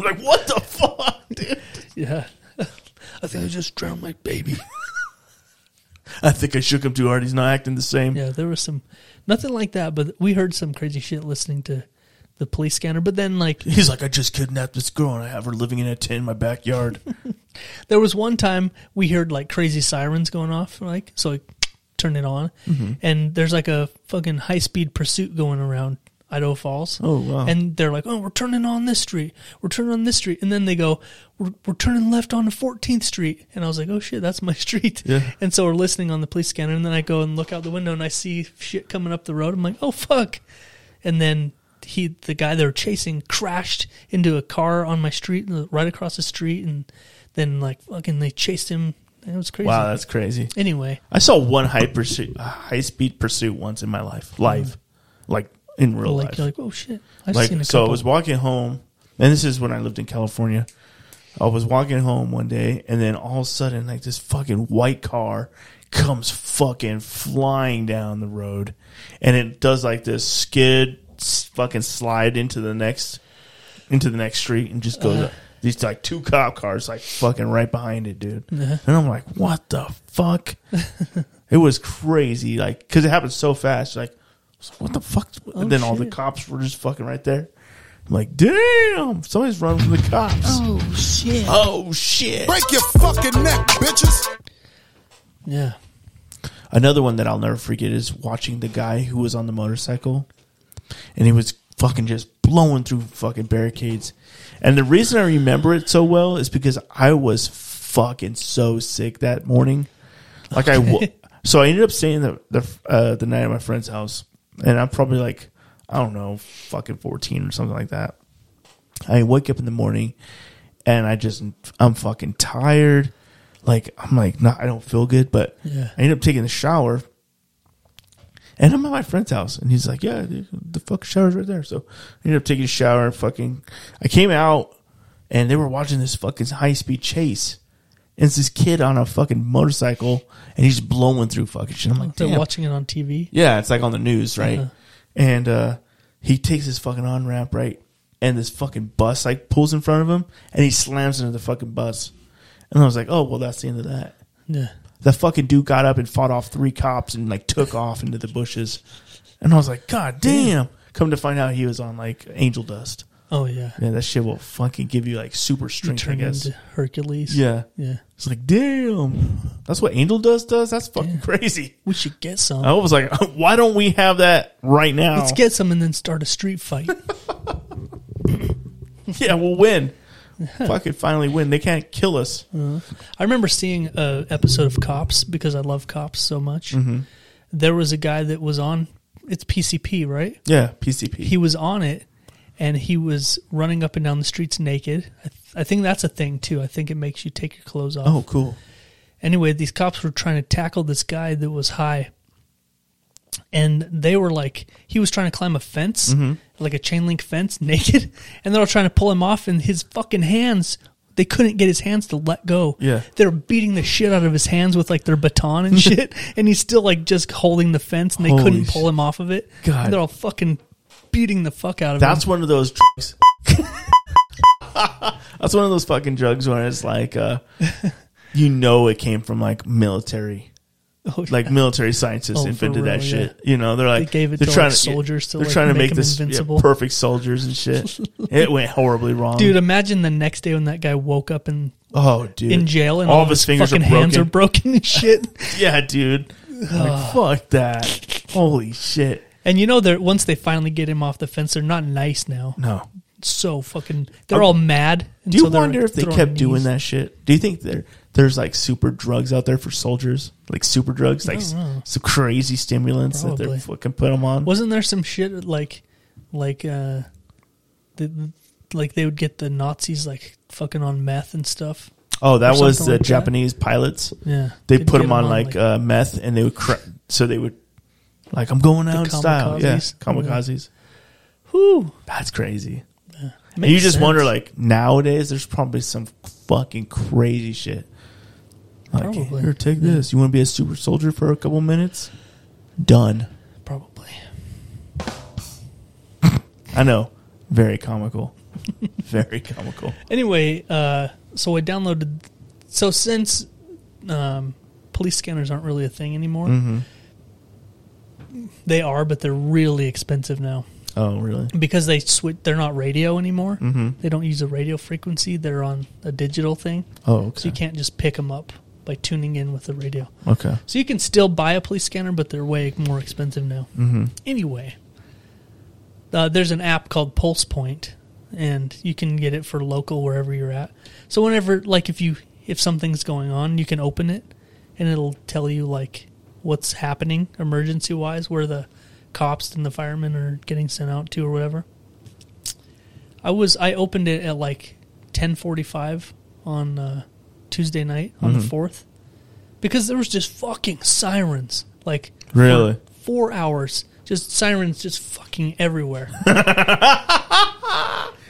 Speaker 2: like, what the fuck, dude?
Speaker 3: yeah.
Speaker 2: I think I just drowned my baby. I think I shook him too hard. He's not acting the same.
Speaker 3: Yeah, there was some nothing like that, but we heard some crazy shit listening to the police scanner. But then like
Speaker 2: He's like, I just kidnapped this girl and I have her living in a tent in my backyard.
Speaker 3: there was one time we heard like crazy sirens going off, like so I turned it on
Speaker 2: Mm-hmm.
Speaker 3: and there's like a fucking high speed pursuit going around Idaho Falls.
Speaker 2: Oh, wow.
Speaker 3: And they're like, Oh, we're turning on this street. We're turning on this street. And then they go, We're we're turning left onto fourteenth street and I was like, Oh shit, that's my street.
Speaker 2: Yeah.
Speaker 3: And so we're listening on the police scanner and then I go and look out the window and I see shit coming up the road. I'm like, Oh fuck and then he the guy they were chasing crashed into a car on my street uh, right across the street and then like fucking they chased him it was crazy
Speaker 2: wow, that's crazy.
Speaker 3: anyway
Speaker 2: I saw one high pursuit, high speed pursuit once in my life, live,
Speaker 3: Mm-hmm.
Speaker 2: like in real
Speaker 3: like
Speaker 2: life.
Speaker 3: you're like oh shit i've
Speaker 2: like
Speaker 3: seen a
Speaker 2: so
Speaker 3: couple
Speaker 2: i was walking home and this is when i lived in california i was walking home one day and then all of a sudden like this fucking white car comes fucking flying down the road and it does like this skid s- fucking slide into the next into the next street and just goes these like two cop cars like fucking right behind it dude and i'm like what the fuck it was crazy, like because it happened so fast. Like, what the fuck? and then all the
Speaker 3: shit.
Speaker 2: cops were just fucking right there. I'm like, damn, somebody's running from the cops. oh.
Speaker 5: Oh shit.
Speaker 2: shit!
Speaker 4: Break your fucking neck, bitches.
Speaker 3: yeah
Speaker 2: Another one that I'll never forget is watching the guy who was on the motorcycle, and he was fucking just blowing through fucking barricades. And the reason I remember it so well is because I was fucking so sick that morning. Like I, wa- so I ended up staying the the uh, the night at my friend's house, and I'm probably like I don't know, fucking fourteen or something like that. I wake up in the morning, and I just I'm fucking tired. Like I'm like not I don't feel good, but
Speaker 3: Yeah.
Speaker 2: I end up taking the shower. And I'm at my friend's house, and he's like, "Yeah, dude, the fuck shower's right there." So I ended up taking a shower. Fucking, I came out, and they were watching this fucking high speed chase. And it's this kid on a fucking motorcycle, and he's blowing through fucking shit. I'm like,
Speaker 3: they're
Speaker 2: "Damn,
Speaker 3: watching it on tv
Speaker 2: yeah, it's like on the news, right?
Speaker 3: Uh-huh.
Speaker 2: And uh, he takes his fucking on ramp, right? And this fucking bus like pulls in front of him, and he slams into the fucking bus. And I was like, oh well, that's the end of that.
Speaker 3: yeah
Speaker 2: The fucking dude got up and fought off three cops and like took off into the bushes. And I was like, god damn. Come to find out, he was on like angel dust.
Speaker 3: oh yeah
Speaker 2: Yeah, that shit will fucking give you like super
Speaker 3: you
Speaker 2: strength. I
Speaker 3: turned
Speaker 2: guess.
Speaker 3: into hercules
Speaker 2: Yeah.
Speaker 3: yeah
Speaker 2: It's like, damn, that's what angel dust does. That's fucking crazy.
Speaker 3: we should get some
Speaker 2: I was like, why don't we have that right now?
Speaker 3: let's get some and then start a street fight
Speaker 2: Yeah, we'll win. Fucking finally win. They can't kill us.
Speaker 3: I remember seeing a episode of Cops because I love Cops so much.
Speaker 2: Mm-hmm.
Speaker 3: There was a guy that was on it's PCP, right?
Speaker 2: Yeah, PCP.
Speaker 3: He was on it and he was running up and down the streets naked. I, th- I think that's a thing too. I think it makes you take your clothes off.
Speaker 2: oh, cool.
Speaker 3: Anyway, these cops were trying to tackle this guy that was high. And they were like, he was trying to climb a fence,
Speaker 2: Mm-hmm.
Speaker 3: like a chain link fence, naked. And they were trying to pull him off, and his fucking hands, they couldn't get his hands to let go.
Speaker 2: Yeah.
Speaker 3: They were beating the shit out of his hands with like their baton and shit. and he's still like just holding the fence, and they
Speaker 2: Holy
Speaker 3: couldn't
Speaker 2: sh-
Speaker 3: pull him off of it.
Speaker 2: God.
Speaker 3: They're all fucking beating the fuck out of him.
Speaker 2: That's one of those drugs. That's one of those fucking drugs where it's like, uh, you know, it came from like military.
Speaker 3: Oh, yeah.
Speaker 2: Like military scientists
Speaker 3: Oh,
Speaker 2: invented
Speaker 3: for
Speaker 2: that
Speaker 3: real,
Speaker 2: shit. You know, they're like
Speaker 3: gave it
Speaker 2: they're
Speaker 3: to, like,
Speaker 2: trying
Speaker 3: soldiers to,
Speaker 2: they're
Speaker 3: like,
Speaker 2: trying to
Speaker 3: make
Speaker 2: make,
Speaker 3: them
Speaker 2: this yeah,
Speaker 3: invincible.
Speaker 2: perfect soldiers and shit. it went horribly wrong,
Speaker 3: Dude, imagine the next day when that guy woke up and
Speaker 2: Oh, dude,
Speaker 3: in jail and
Speaker 2: all, of his, fingers are
Speaker 3: fucking
Speaker 2: broken.
Speaker 3: hands are broken and shit.
Speaker 2: yeah, dude. Like, fuck that. Holy shit.
Speaker 3: and you know that once they finally get him off the fence, they're not nice now.
Speaker 2: No.
Speaker 3: It's so fucking. They're all mad. and
Speaker 2: Do you
Speaker 3: so they're,
Speaker 2: wonder
Speaker 3: like,
Speaker 2: if they
Speaker 3: throwing
Speaker 2: kept doing
Speaker 3: knees.
Speaker 2: that shit? Do you think there there's like super drugs out there for soldiers, like super drugs, like s- some crazy stimulants that
Speaker 3: Probably.
Speaker 2: they're fucking put them on?
Speaker 3: Wasn't there some shit like, like, uh, the, like they would get the Nazis like fucking on meth and stuff.
Speaker 2: oh, that
Speaker 3: or
Speaker 2: was
Speaker 3: something
Speaker 2: the
Speaker 3: like that?
Speaker 2: Japanese pilots.
Speaker 3: Yeah,
Speaker 2: they
Speaker 3: They'd
Speaker 2: put
Speaker 3: get
Speaker 2: them on, like, uh, meth, and they would cr- so they would like I'm going out in style, yeah,
Speaker 3: kamikazes.
Speaker 2: kamikazes.
Speaker 3: whew.
Speaker 2: That's crazy. And
Speaker 3: Makes
Speaker 2: you just
Speaker 3: sense.
Speaker 2: wonder, like nowadays, there's probably some fucking crazy shit. Like,
Speaker 3: Probably.
Speaker 2: here, take this. You want to be a super soldier for a couple minutes? Done.
Speaker 3: probably.
Speaker 2: I know. Very comical. Very comical.
Speaker 3: Anyway, uh, so I downloaded. So since um, police scanners aren't really a thing anymore,
Speaker 2: Mm.
Speaker 3: they are, but they're really expensive now
Speaker 2: Oh, really?
Speaker 3: because they switch. They're not radio anymore. They don't use a radio frequency. They're on a digital thing,
Speaker 2: Oh, okay.
Speaker 3: so you can't just pick them up by tuning in with the radio.
Speaker 2: okay.
Speaker 3: So you can still buy a police scanner, but they're way more expensive now. Mm-hmm. Anyway, uh, there's an app called Pulse Point, and you can get it for local wherever you're at. So whenever, like, if you if something's going on, you can open it, and it'll tell you like what's happening emergency wise, where the cops and the firemen are getting sent out to, or whatever. I was I opened it at like ten forty five on uh, Tuesday night on the fourth because there was just fucking sirens like for
Speaker 2: Really?
Speaker 3: four hours just sirens just fucking everywhere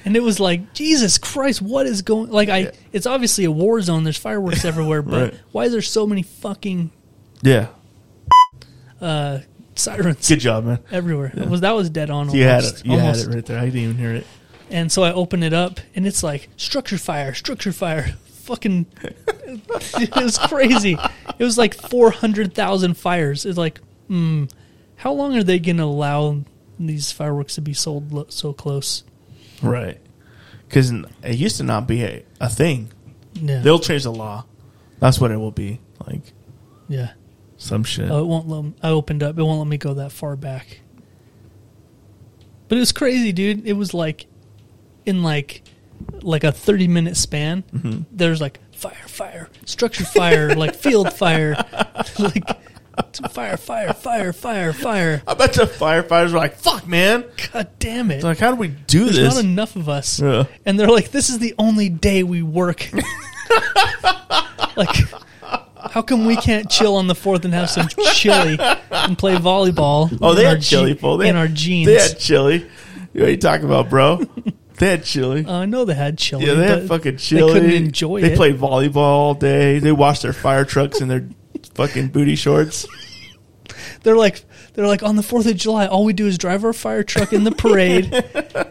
Speaker 3: and it was like jesus christ what is going like i it's obviously a war zone there's fireworks everywhere but
Speaker 2: Right.
Speaker 3: why is there so many fucking
Speaker 2: Yeah.
Speaker 3: sirens
Speaker 2: Good job, man.
Speaker 3: everywhere It was that was dead on
Speaker 2: You had
Speaker 3: almost,
Speaker 2: it. You
Speaker 3: almost.
Speaker 2: had it right there. I didn't even hear it.
Speaker 3: and so i open it up and it's like structure fire structure fire fucking it was crazy it was like 400000 fires it's like hmm how long are they going to allow these fireworks to be sold lo- so close
Speaker 2: Right. Because it used to not be a, a thing.
Speaker 3: yeah
Speaker 2: They'll change the law. That's what it will be. Like
Speaker 3: yeah
Speaker 2: some shit.
Speaker 3: Oh, it won't let. I opened up. It won't let me go that far back. But it was crazy, dude. It was like, in like, like a thirty minute span. There's like fire, fire, structure fire, like field fire, like fire, fire, fire, fire, fire.
Speaker 2: I bet the firefighters were like, "Fuck, man!
Speaker 3: God damn it!
Speaker 2: They're like, how do we do
Speaker 3: There's
Speaker 2: this?"
Speaker 3: not enough of us.
Speaker 2: Yeah.
Speaker 3: And they're like, this is the only day we work. like, how come we can't chill on the fourth and have some chili and play volleyball?
Speaker 2: oh, they
Speaker 3: in our
Speaker 2: had chili,
Speaker 3: je-
Speaker 2: fool. They
Speaker 3: in
Speaker 2: had-
Speaker 3: our jeans.
Speaker 2: They had chili. You know what you talking about, bro? they had chili.
Speaker 3: Uh, I know they had chili.
Speaker 2: Yeah, they
Speaker 3: but
Speaker 2: had fucking chili.
Speaker 3: They couldn't enjoy
Speaker 2: they
Speaker 3: it.
Speaker 2: played volleyball all day. They washed their fire trucks in their fucking booty shorts.
Speaker 3: They're like, they're like on the Fourth of July. All we do is drive our fire truck in the parade,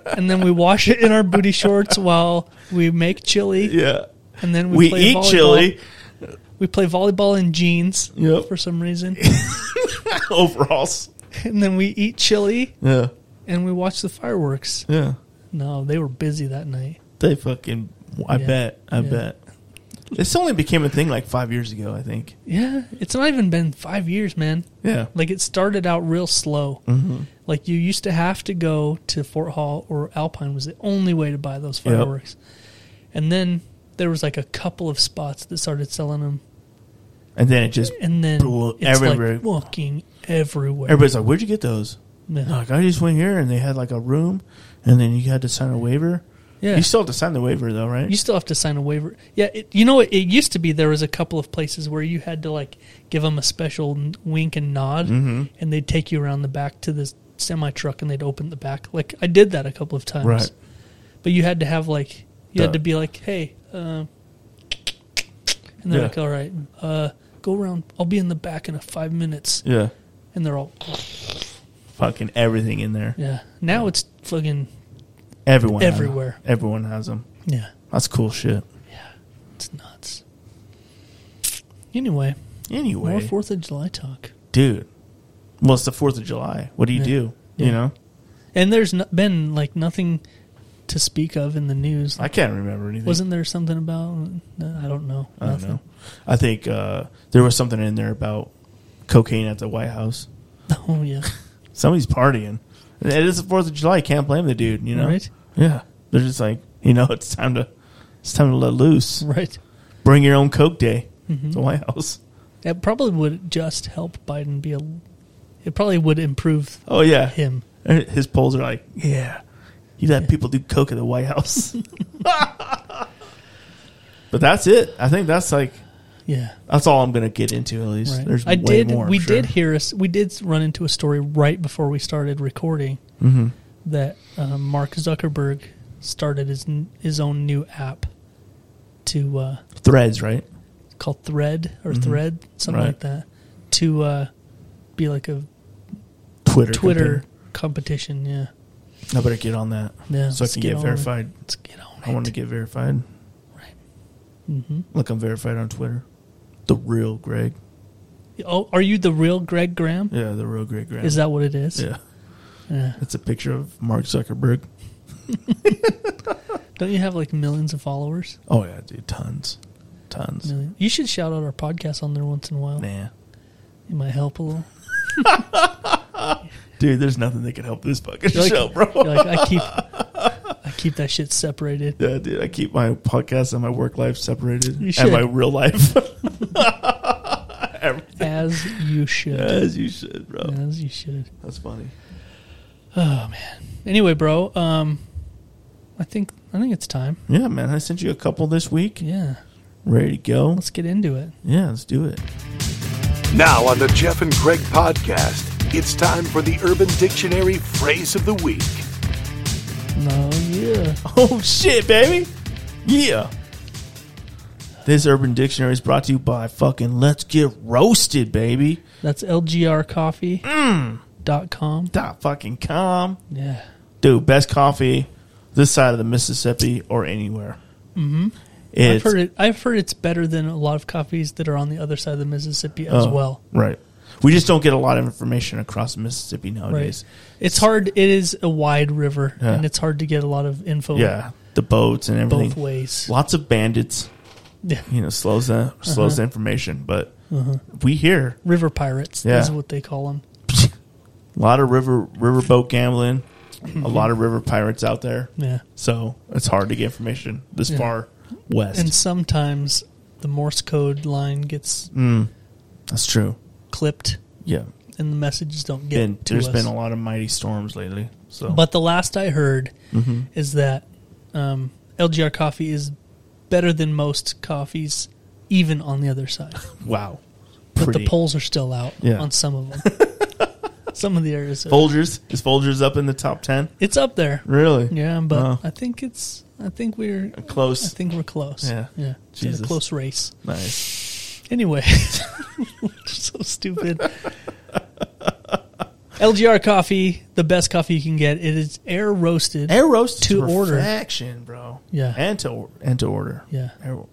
Speaker 3: and then we wash it in our booty shorts while we make chili,
Speaker 2: Yeah.
Speaker 3: and then we,
Speaker 2: We,
Speaker 3: play
Speaker 2: eat
Speaker 3: volleyball.
Speaker 2: chili
Speaker 3: We play volleyball in jeans
Speaker 2: Yep.
Speaker 3: for some reason,
Speaker 2: overalls.
Speaker 3: and then we eat chili.
Speaker 2: Yeah.
Speaker 3: and we watched the fireworks.
Speaker 2: Yeah.
Speaker 3: No, they were busy that night.
Speaker 2: They fucking I
Speaker 3: Yeah.
Speaker 2: bet. I
Speaker 3: Yeah.
Speaker 2: bet. This only became a thing like five years ago, I think.
Speaker 3: Yeah, it's not even been five years, man.
Speaker 2: Yeah. Mm-hmm.
Speaker 3: Like it started out real slow. Like you used to have to go to Fort Hall or Alpine was the only way to buy those
Speaker 2: Yep.
Speaker 3: fireworks, and then there was like a couple of spots that started selling them,
Speaker 2: And then it just
Speaker 3: and then
Speaker 2: Blew
Speaker 3: it's
Speaker 2: everywhere.
Speaker 3: like walking everywhere.
Speaker 2: everybody's like, Where'd you get those?
Speaker 3: Yeah.
Speaker 2: Like I just went here and they had like a room and then you had to sign a waiver.
Speaker 3: Yeah.
Speaker 2: You still have to sign the waiver though, right?
Speaker 3: You still have to sign a waiver. Yeah, it, you know, it, it used to be there was a couple of places where you had to like give them a special n- wink and nod,
Speaker 2: Mm-hmm.
Speaker 3: and they'd take you around the back to this semi truck, and they'd open the back. Like I did that a couple of times,
Speaker 2: Right.
Speaker 3: But you had to have like you had
Speaker 2: The-
Speaker 3: to be like, hey, uh, and they're
Speaker 2: Yeah.
Speaker 3: like, all right, uh, go around. I'll be in the back in a five minutes,
Speaker 2: yeah.
Speaker 3: and they're all
Speaker 2: Fucking everything in there.
Speaker 3: yeah. Now it's fucking
Speaker 2: Everyone has 'em.
Speaker 3: Everywhere.
Speaker 2: Everyone has them.
Speaker 3: yeah,
Speaker 2: That's cool shit.
Speaker 3: it's nuts. Anyway, more
Speaker 2: Anyway,
Speaker 3: Fourth of July talk.
Speaker 2: dude. Well, it's the Fourth of July. What do you
Speaker 3: Yeah.
Speaker 2: do?
Speaker 3: Yeah.
Speaker 2: You know,
Speaker 3: And there's no, been like nothing to speak of in the news.
Speaker 2: I can't remember anything.
Speaker 3: Wasn't there something about? no, I don't know.
Speaker 2: I don't know. I think uh, there was something in there about cocaine at the White House.
Speaker 3: Oh yeah,
Speaker 2: Somebody's partying. And It is the Fourth of July. Can't blame the dude. You know.
Speaker 3: Right.
Speaker 2: Yeah. They're just like, you know, it's time to it's time to let loose.
Speaker 3: Right.
Speaker 2: Bring your own Coke Day.
Speaker 3: Mm-hmm.
Speaker 2: at The White House.
Speaker 3: That probably would just help Biden be a. It probably would improve
Speaker 2: Oh yeah,
Speaker 3: him.
Speaker 2: And His polls are like, yeah, you let people do coke at the White House. but that's it. I think that's like
Speaker 3: Yeah.
Speaker 2: that's all I'm gonna get into at least.
Speaker 3: Right.
Speaker 2: There's
Speaker 3: I
Speaker 2: way
Speaker 3: did.
Speaker 2: more. I'm
Speaker 3: we
Speaker 2: sure.
Speaker 3: did hear us. We did run into a story right before we started recording
Speaker 2: Mm-hmm.
Speaker 3: that um, Mark Zuckerberg started his n- his own new app to uh,
Speaker 2: threads, right?
Speaker 3: called Thread or Thread something
Speaker 2: Mm-hmm. Right.
Speaker 3: like that to uh, be like a
Speaker 2: Twitter.
Speaker 3: Twitter
Speaker 2: compare.
Speaker 3: competition. Yeah,
Speaker 2: I better get on that.
Speaker 3: Yeah,
Speaker 2: so I
Speaker 3: let's
Speaker 2: can
Speaker 3: get
Speaker 2: get,
Speaker 3: on it.
Speaker 2: verified.
Speaker 3: let's get on.
Speaker 2: I want to get verified.
Speaker 3: Right. Mm-hmm.
Speaker 2: Look, I'm verified on Twitter. The real Greg.
Speaker 3: Oh, are you the real Greg Graham?
Speaker 2: Yeah, the real Greg Graham.
Speaker 3: Is that what it is?
Speaker 2: Yeah.
Speaker 3: Yeah.
Speaker 2: It's a picture of Mark Zuckerberg.
Speaker 3: Don't you have like millions of followers?
Speaker 2: Oh yeah, dude, tons, tons.
Speaker 3: Million. You should shout out our podcast on there once in a while.
Speaker 2: Nah.
Speaker 3: It might help a little.
Speaker 2: Dude, there's nothing that can help this fucking
Speaker 3: You're like,
Speaker 2: show, bro.
Speaker 3: you're like, I keep I keep that shit separated.
Speaker 2: Yeah, dude, I keep my podcast and my work life separated,
Speaker 3: You
Speaker 2: and
Speaker 3: should.
Speaker 2: my real life
Speaker 3: As you should.
Speaker 2: as you should, bro.
Speaker 3: As you should.
Speaker 2: That's funny.
Speaker 3: Anyway, bro, um I think I think it's time.
Speaker 2: Yeah, man, I sent you a couple this week.
Speaker 3: Yeah.
Speaker 2: Ready to go?
Speaker 3: Let's get into it.
Speaker 2: Yeah, let's do it.
Speaker 6: Now on the Jeff and Greg podcast, it's time for the Urban Dictionary phrase of the week.
Speaker 3: No, yeah.
Speaker 2: Oh shit, baby! Yeah. This Urban Dictionary is brought to you by fucking Let's Get Roasted, baby.
Speaker 3: That's lgrcoffee.com.
Speaker 2: Mm.
Speaker 3: dot com.
Speaker 2: Dot fucking com.
Speaker 3: Yeah.
Speaker 2: dude, best coffee this side of the Mississippi or anywhere. Mm-hmm.
Speaker 3: I've
Speaker 2: It's,
Speaker 3: heard it I've heard it's better than a lot of coffees that are on the other side of the Mississippi
Speaker 2: Oh.
Speaker 3: as well.
Speaker 2: uh, right. We just don't get a lot of information across the Mississippi
Speaker 3: Right.
Speaker 2: nowadays.
Speaker 3: It's hard it is a wide river
Speaker 2: Yeah.
Speaker 3: and it's hard to get a lot of info
Speaker 2: Yeah, the boats and everything.
Speaker 3: both ways.
Speaker 2: Lots of bandits.
Speaker 3: Yeah.
Speaker 2: You know, slows the
Speaker 3: Uh-huh.
Speaker 2: slows the information, but we hear
Speaker 3: River pirates
Speaker 2: Yeah.
Speaker 3: is what they call them.
Speaker 2: a lot of river riverboat gambling, a lot of river pirates out there.
Speaker 3: Mm-hmm. Yeah.
Speaker 2: So it's hard to get information this far west.
Speaker 3: And sometimes the Morse code line gets
Speaker 2: Mm. That's true.
Speaker 3: clipped
Speaker 2: Yeah,
Speaker 3: and the messages don't get
Speaker 2: and
Speaker 3: to
Speaker 2: there's
Speaker 3: us.
Speaker 2: been a lot of mighty storms lately. So
Speaker 3: but the last I heard
Speaker 2: Mm-hmm.
Speaker 3: is that um, LGR coffee is better than most coffees, even on the other side.
Speaker 2: wow,
Speaker 3: But
Speaker 2: Pretty.
Speaker 3: the polls are still out
Speaker 2: Yeah.
Speaker 3: on some of them. some of the areas. Are,
Speaker 2: Folgers is Folgers up in the top ten?
Speaker 3: it's up there.
Speaker 2: Really?
Speaker 3: Yeah, but
Speaker 2: Wow.
Speaker 3: I think it's. I think we're. I
Speaker 2: close.
Speaker 3: think we're close.
Speaker 2: Yeah.
Speaker 3: yeah. It's been
Speaker 2: Jesus.
Speaker 3: a close race.
Speaker 2: nice.
Speaker 3: Anyway, so stupid. LGR coffee, the best coffee you can get. It is air roasted.
Speaker 2: Air roast
Speaker 3: To
Speaker 2: to
Speaker 3: order.
Speaker 2: order, action, bro.
Speaker 3: Yeah.
Speaker 2: and to and to order.
Speaker 3: Yeah.
Speaker 2: Air-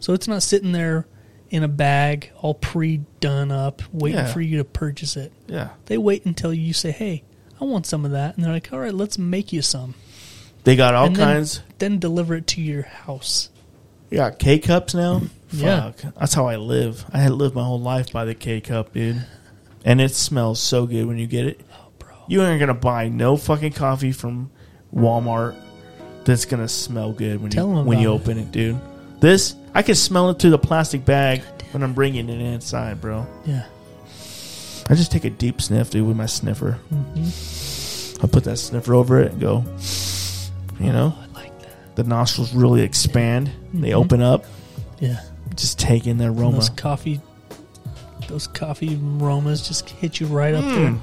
Speaker 3: So it's not sitting there in a bag, all pre done up, waiting
Speaker 2: Yeah.
Speaker 3: for you to purchase it.
Speaker 2: yeah.
Speaker 3: They wait until you say, hey, I want some of that. And they're like, all right, let's make you some.
Speaker 2: They got all
Speaker 3: and then-
Speaker 2: kinds.
Speaker 3: Then, deliver it to your house.
Speaker 2: They got K cups now.
Speaker 3: Yeah.
Speaker 2: Fuck, that's how I live. I had lived my whole life by the K cup, dude. And it smells so good when you get it.
Speaker 3: Oh, Bro.
Speaker 2: You ain't gonna buy no fucking coffee from Walmart that's gonna smell good when
Speaker 3: Tell
Speaker 2: you
Speaker 3: 'em
Speaker 2: when you
Speaker 3: about
Speaker 2: open it, dude. This I can smell it through the plastic bag when I'm bringing it inside, bro.
Speaker 3: Yeah.
Speaker 2: I just take a deep sniff, dude, with my sniffer.
Speaker 3: Mm-hmm.
Speaker 2: I put that sniffer over it and go, you know,
Speaker 3: I like that.
Speaker 2: the nostrils really expand.
Speaker 3: Mm-hmm.
Speaker 2: They open up,
Speaker 3: Yeah.
Speaker 2: just take in the aroma.
Speaker 3: Those coffee. Those coffee aromas just hit you right up there.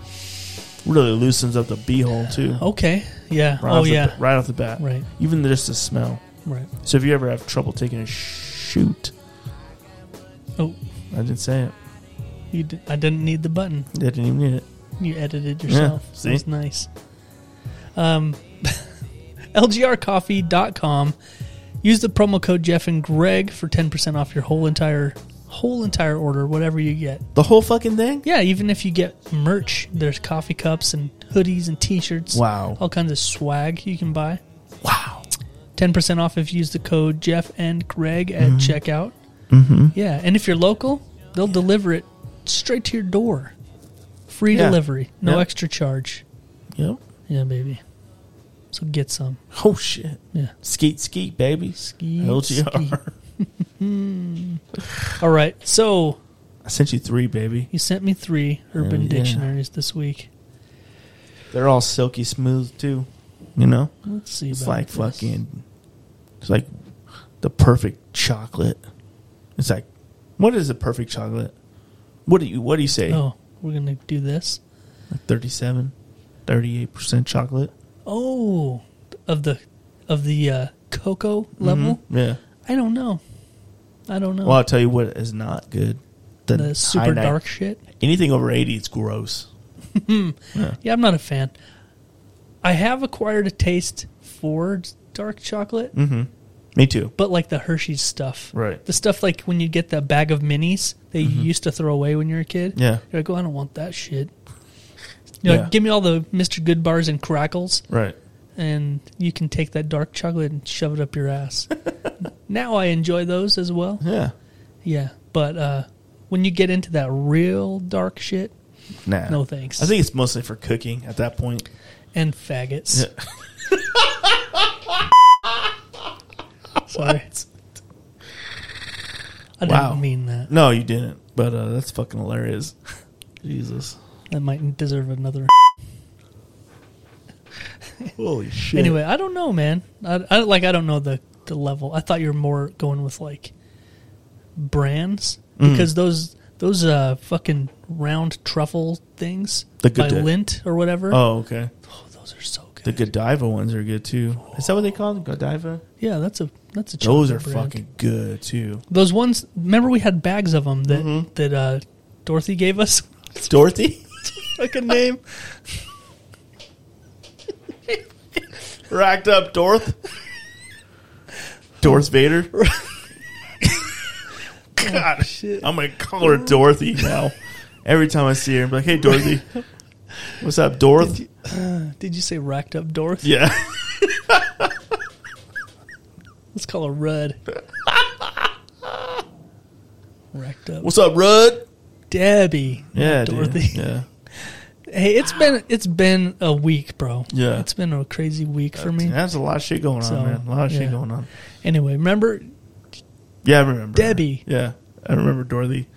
Speaker 2: Really loosens up the beehole, too.
Speaker 3: Okay. Yeah.
Speaker 2: Right
Speaker 3: oh
Speaker 2: off the
Speaker 3: yeah.
Speaker 2: ba- right off the bat.
Speaker 3: Right.
Speaker 2: Even just the smell.
Speaker 3: Right.
Speaker 2: So if you ever have trouble taking a shoot,
Speaker 3: Oh,
Speaker 2: I didn't say it.
Speaker 3: you d- I didn't need the button.
Speaker 2: I didn't even need it.
Speaker 3: You edited yourself.
Speaker 2: Yeah,
Speaker 3: That's
Speaker 2: see?
Speaker 3: nice. Um, lgrcoffee.com. Use the promo code Jeff and Greg for 10% off your whole entire whole entire order, whatever you get.
Speaker 2: The whole fucking thing?
Speaker 3: Yeah, even if you get merch, there's coffee cups and hoodies and t-shirts.
Speaker 2: Wow.
Speaker 3: All kinds of swag you can buy.
Speaker 2: Wow.
Speaker 3: 10% off if you use the code Jeff and Greg at checkout. Mm-hmm. Yeah, and if you're local, they'll deliver it straight to your door. Free
Speaker 2: Yeah.
Speaker 3: delivery, no
Speaker 2: Yep.
Speaker 3: extra charge.
Speaker 2: Yep.
Speaker 3: Yeah, baby. So get some.
Speaker 2: Oh shit!
Speaker 3: Yeah.
Speaker 2: Skeet skeet baby.
Speaker 3: Skeet,
Speaker 2: LGR.
Speaker 3: All right. So
Speaker 2: I sent you three, baby.
Speaker 3: you sent me three urban
Speaker 2: yeah.
Speaker 3: dictionaries this week.
Speaker 2: They're all silky smooth too. You know,
Speaker 3: Let's see.
Speaker 2: it's
Speaker 3: about
Speaker 2: like
Speaker 3: this.
Speaker 2: fucking. It's like the perfect chocolate. It's like, what is the perfect chocolate? What do you What do you say?
Speaker 3: Oh, we're gonna do this.
Speaker 2: 37, 38 percent chocolate.
Speaker 3: Oh, of the of the uh, cocoa level.
Speaker 2: Yeah.
Speaker 3: I don't know. I don't know.
Speaker 2: Mm-hmm. Well, I'll tell you what is not good.
Speaker 3: the super
Speaker 2: high ni-
Speaker 3: dark shit.
Speaker 2: Anything over eighty is gross.
Speaker 3: Yeah, I'm not a fan. I have acquired a taste for dark chocolate,
Speaker 2: Mm-hmm. Me too.
Speaker 3: but like the Hershey's stuff.
Speaker 2: Mm. Right. Mm-hmm.
Speaker 3: The stuff like when you get the bag of minis that you used to throw away when you were a kid.
Speaker 2: Yeah.
Speaker 3: You're like, oh, I don't want that shit. You're
Speaker 2: Yeah.
Speaker 3: like, give me all the Mr. Good bars and crackles,
Speaker 2: Right.
Speaker 3: and you can take that dark chocolate and shove it up your ass. now I enjoy those as well.
Speaker 2: Yeah.
Speaker 3: Yeah. But uh, when you get into that real dark shit
Speaker 2: Nah.
Speaker 3: No thanks.
Speaker 2: I think it's mostly for cooking at that point.
Speaker 3: and faggots. Sorry. I didn't
Speaker 2: Wow.
Speaker 3: mean that.
Speaker 2: No, you didn't. But uh, that's fucking hilarious. Jesus.
Speaker 3: That might deserve another.
Speaker 2: Holy shit.
Speaker 3: Anyway, I don't know, man. I, I like I don't know the the level. I thought you were more going with like brands
Speaker 2: Mm.
Speaker 3: because those those uh fucking round truffle things
Speaker 2: The
Speaker 3: by
Speaker 2: good day.
Speaker 3: lint or whatever.
Speaker 2: Oh, okay.
Speaker 3: Oh, those are so good.
Speaker 2: The Godiva ones are good too. Is that what they call them? Godiva?
Speaker 3: yeah, that's a that's a
Speaker 2: Those
Speaker 3: chocolate
Speaker 2: are
Speaker 3: brand.
Speaker 2: fucking good too.
Speaker 3: those ones. Remember we had bags of them that
Speaker 2: Mm-hmm.
Speaker 3: that uh Dorothy gave us.
Speaker 2: Dorothy?
Speaker 3: Fucking name.
Speaker 2: Racked up Dorth? Dorth Vader? God,
Speaker 3: Oh, shit.
Speaker 2: I'm going to call her Dorothy now. Every time I see her, I'm like, hey, Dorothy. What's up, Dorth?
Speaker 3: Did you say racked up Dorothy?
Speaker 2: Yeah.
Speaker 3: Let's call her Rudd. racked up.
Speaker 2: What's up, Rudd?
Speaker 3: Debbie. not
Speaker 2: Yeah, dude.
Speaker 3: Dorothy.
Speaker 2: Yeah.
Speaker 3: Hey, it's been it's been a week, bro.
Speaker 2: Yeah.
Speaker 3: It's been a crazy week for me.
Speaker 2: That's a lot of shit going on,
Speaker 3: So,
Speaker 2: man. A lot of
Speaker 3: yeah.
Speaker 2: shit going on.
Speaker 3: Anyway, remember
Speaker 2: Yeah, I remember. her.
Speaker 3: Debbie.
Speaker 2: Yeah, I remember Dorothy.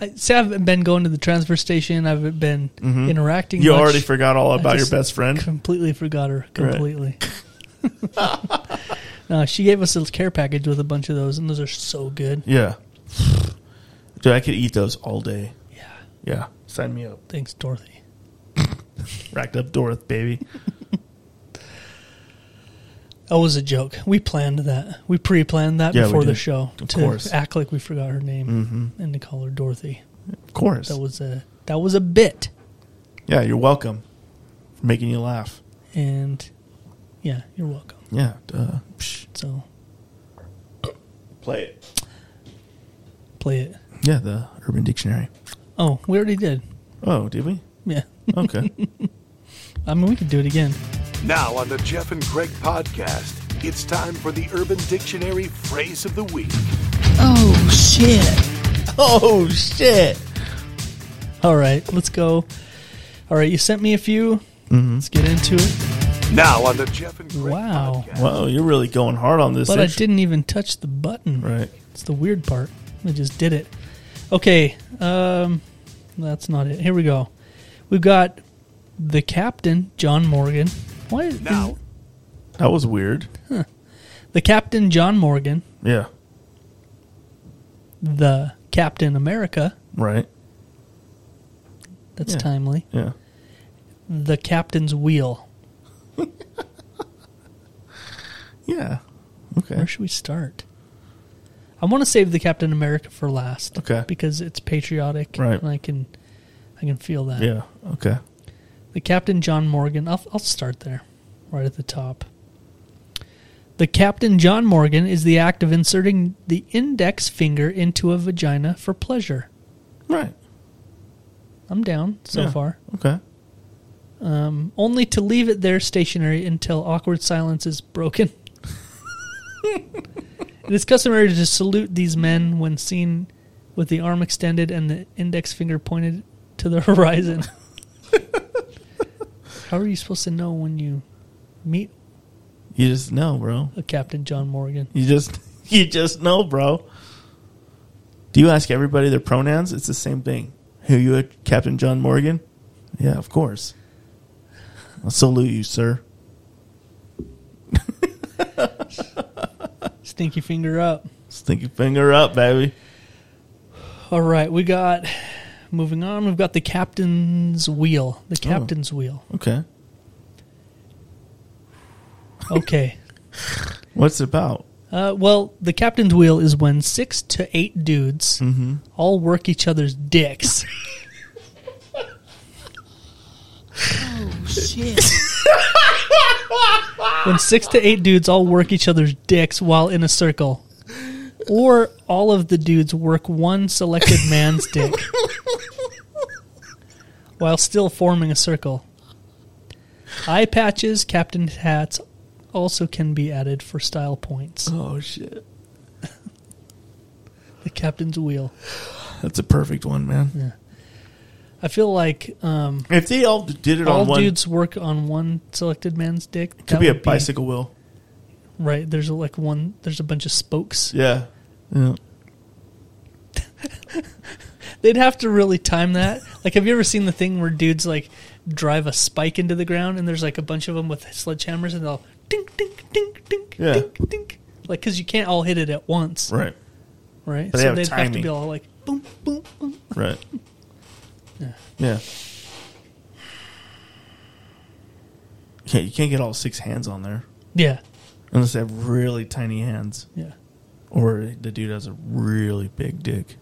Speaker 3: I see I've been going to the transfer station. I've been interacting
Speaker 2: Mm-hmm. You
Speaker 3: much.
Speaker 2: already forgot all about your
Speaker 3: just-
Speaker 2: best friend.
Speaker 3: completely forgot her completely. no, she gave us a care package with a bunch of those and those are so good.
Speaker 2: Yeah. Dude, I could eat those all day.
Speaker 3: Yeah.
Speaker 2: Yeah. Sign me up.
Speaker 3: Thanks, Dorothy.
Speaker 2: Racked up Dorothy, baby.
Speaker 3: That was a joke. We planned that. We pre-planned that
Speaker 2: Yeah, we
Speaker 3: before the
Speaker 2: did.
Speaker 3: show
Speaker 2: Of
Speaker 3: to
Speaker 2: course. Mm-hmm.
Speaker 3: act like we forgot her name and to call her Dorothy.
Speaker 2: Of course.
Speaker 3: That was a that was a bit.
Speaker 2: Yeah, you're welcome for making you laugh.
Speaker 3: And yeah, you're welcome.
Speaker 2: Yeah. Duh. Psh,
Speaker 3: So
Speaker 2: play it.
Speaker 3: play it.
Speaker 2: Yeah, the Urban Dictionary.
Speaker 3: Oh, we already did.
Speaker 2: Oh, did we?
Speaker 3: Yeah.
Speaker 2: Okay.
Speaker 3: I mean, we could do it again.
Speaker 6: Now on the Jeff and Greg podcast, it's time for the Urban Dictionary phrase of the week.
Speaker 5: Oh shit.
Speaker 2: oh, shit.
Speaker 3: All right, let's go. All right, you sent me a few.
Speaker 2: Mm-hmm.
Speaker 3: Let's get into it.
Speaker 6: Now on the Jeff and Greg
Speaker 3: Wow.
Speaker 6: podcast.
Speaker 2: Wow, you're really going hard on this.
Speaker 3: But I
Speaker 2: intro.
Speaker 3: didn't even touch the button.
Speaker 2: Right.
Speaker 3: It's the weird part. I just did it. Okay, um, that's not it. Here we go. We've got the captain, John Morgan. Why is
Speaker 6: Now
Speaker 2: That was weird.
Speaker 3: the captain, John Morgan,
Speaker 2: Yeah.
Speaker 3: the Captain America?
Speaker 2: Right.
Speaker 3: That's
Speaker 2: Yeah.
Speaker 3: timely.
Speaker 2: Yeah.
Speaker 3: The captain's wheel.
Speaker 2: Yeah. Okay.
Speaker 3: Where should we start? I want to save the Captain America for last.
Speaker 2: Okay.
Speaker 3: Because it's patriotic.
Speaker 2: Right.
Speaker 3: And I can, I can feel that.
Speaker 2: Yeah. Okay.
Speaker 3: The Captain John Morgan. I'll, I'll start there, right at the top. The Captain John Morgan is the act of inserting the index finger into a vagina for pleasure.
Speaker 2: Right.
Speaker 3: I'm down so
Speaker 2: Yeah.
Speaker 3: far.
Speaker 2: Okay.
Speaker 3: Only to leave it there stationary until awkward silence is broken. it is customary to salute these men when seen with the arm extended and the index finger pointed to the horizon. How are you supposed to know when you meet
Speaker 2: You just know, bro.
Speaker 3: a Captain John Morgan.
Speaker 2: You just you just know, bro. Do you ask everybody their pronouns? It's the same thing. Who you, a Captain John Morgan? Yeah, of course. I salute you, sir.
Speaker 3: Stinky finger up.
Speaker 2: Stinky finger up, baby.
Speaker 3: All right, we got moving on. We've got the captain's wheel. The
Speaker 2: Oh.
Speaker 3: captain's wheel.
Speaker 2: Okay.
Speaker 3: Okay.
Speaker 2: What's it about?
Speaker 3: Uh, well, the captain's wheel is when six to eight dudes
Speaker 2: Mm-hmm.
Speaker 3: all work each other's dicks.
Speaker 5: Oh shit.
Speaker 3: when six to eight dudes all work each other's dicks while in a circle, or all of the dudes work one selected man's dick while still forming a circle. Eye patches, captain hats also can be added for style points.
Speaker 2: Oh shit.
Speaker 3: The captain's wheel.
Speaker 2: That's a perfect one, man.
Speaker 3: I feel like um,
Speaker 2: If they all did it
Speaker 3: all
Speaker 2: on one,
Speaker 3: dudes work on one selected man's dick.
Speaker 2: could
Speaker 3: that
Speaker 2: be a
Speaker 3: would
Speaker 2: bicycle wheel.
Speaker 3: Right. There's like one. There's a bunch of spokes.
Speaker 2: Yeah. Yeah.
Speaker 3: They'd have to really time that. Like, have you ever seen the thing where dudes like drive a spike into the ground and there's like a bunch of them with sledgehammers and they'll dink dink dink dink
Speaker 2: Yeah.
Speaker 3: dink dink. Like, because you can't all hit it at once,
Speaker 2: Right.
Speaker 3: right?
Speaker 2: They
Speaker 3: so
Speaker 2: have
Speaker 3: they'd have to
Speaker 2: timing.
Speaker 3: be all like boom boom boom.
Speaker 2: Right. Yeah. Yeah, you can't get all six hands on there
Speaker 3: Yeah,
Speaker 2: unless they have really tiny hands,
Speaker 3: yeah.
Speaker 2: or the dude has a really big dick.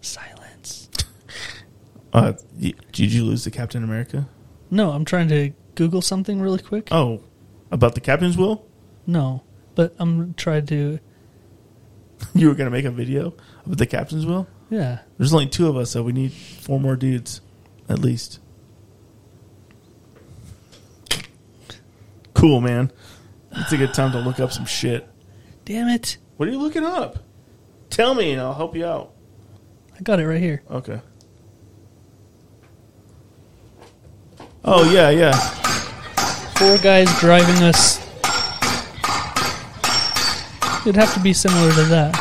Speaker 3: Silence.
Speaker 2: Uh, y- did you lose the Captain America?
Speaker 3: No, I'm trying to Google something really quick.
Speaker 2: Oh, about the captain's will?
Speaker 3: No, but I'm trying to.
Speaker 2: You were gonna make a video of the captain's will?
Speaker 3: Yeah.
Speaker 2: There's only two of us, so we need four more dudes, at least. Cool, man. It's a good time to look up some shit.
Speaker 3: Damn it!
Speaker 2: What are you looking up? Tell me, and I'll help you out.
Speaker 3: I got it right here.
Speaker 2: Okay. Oh yeah, yeah.
Speaker 3: four guys driving us. It'd have to be similar to that.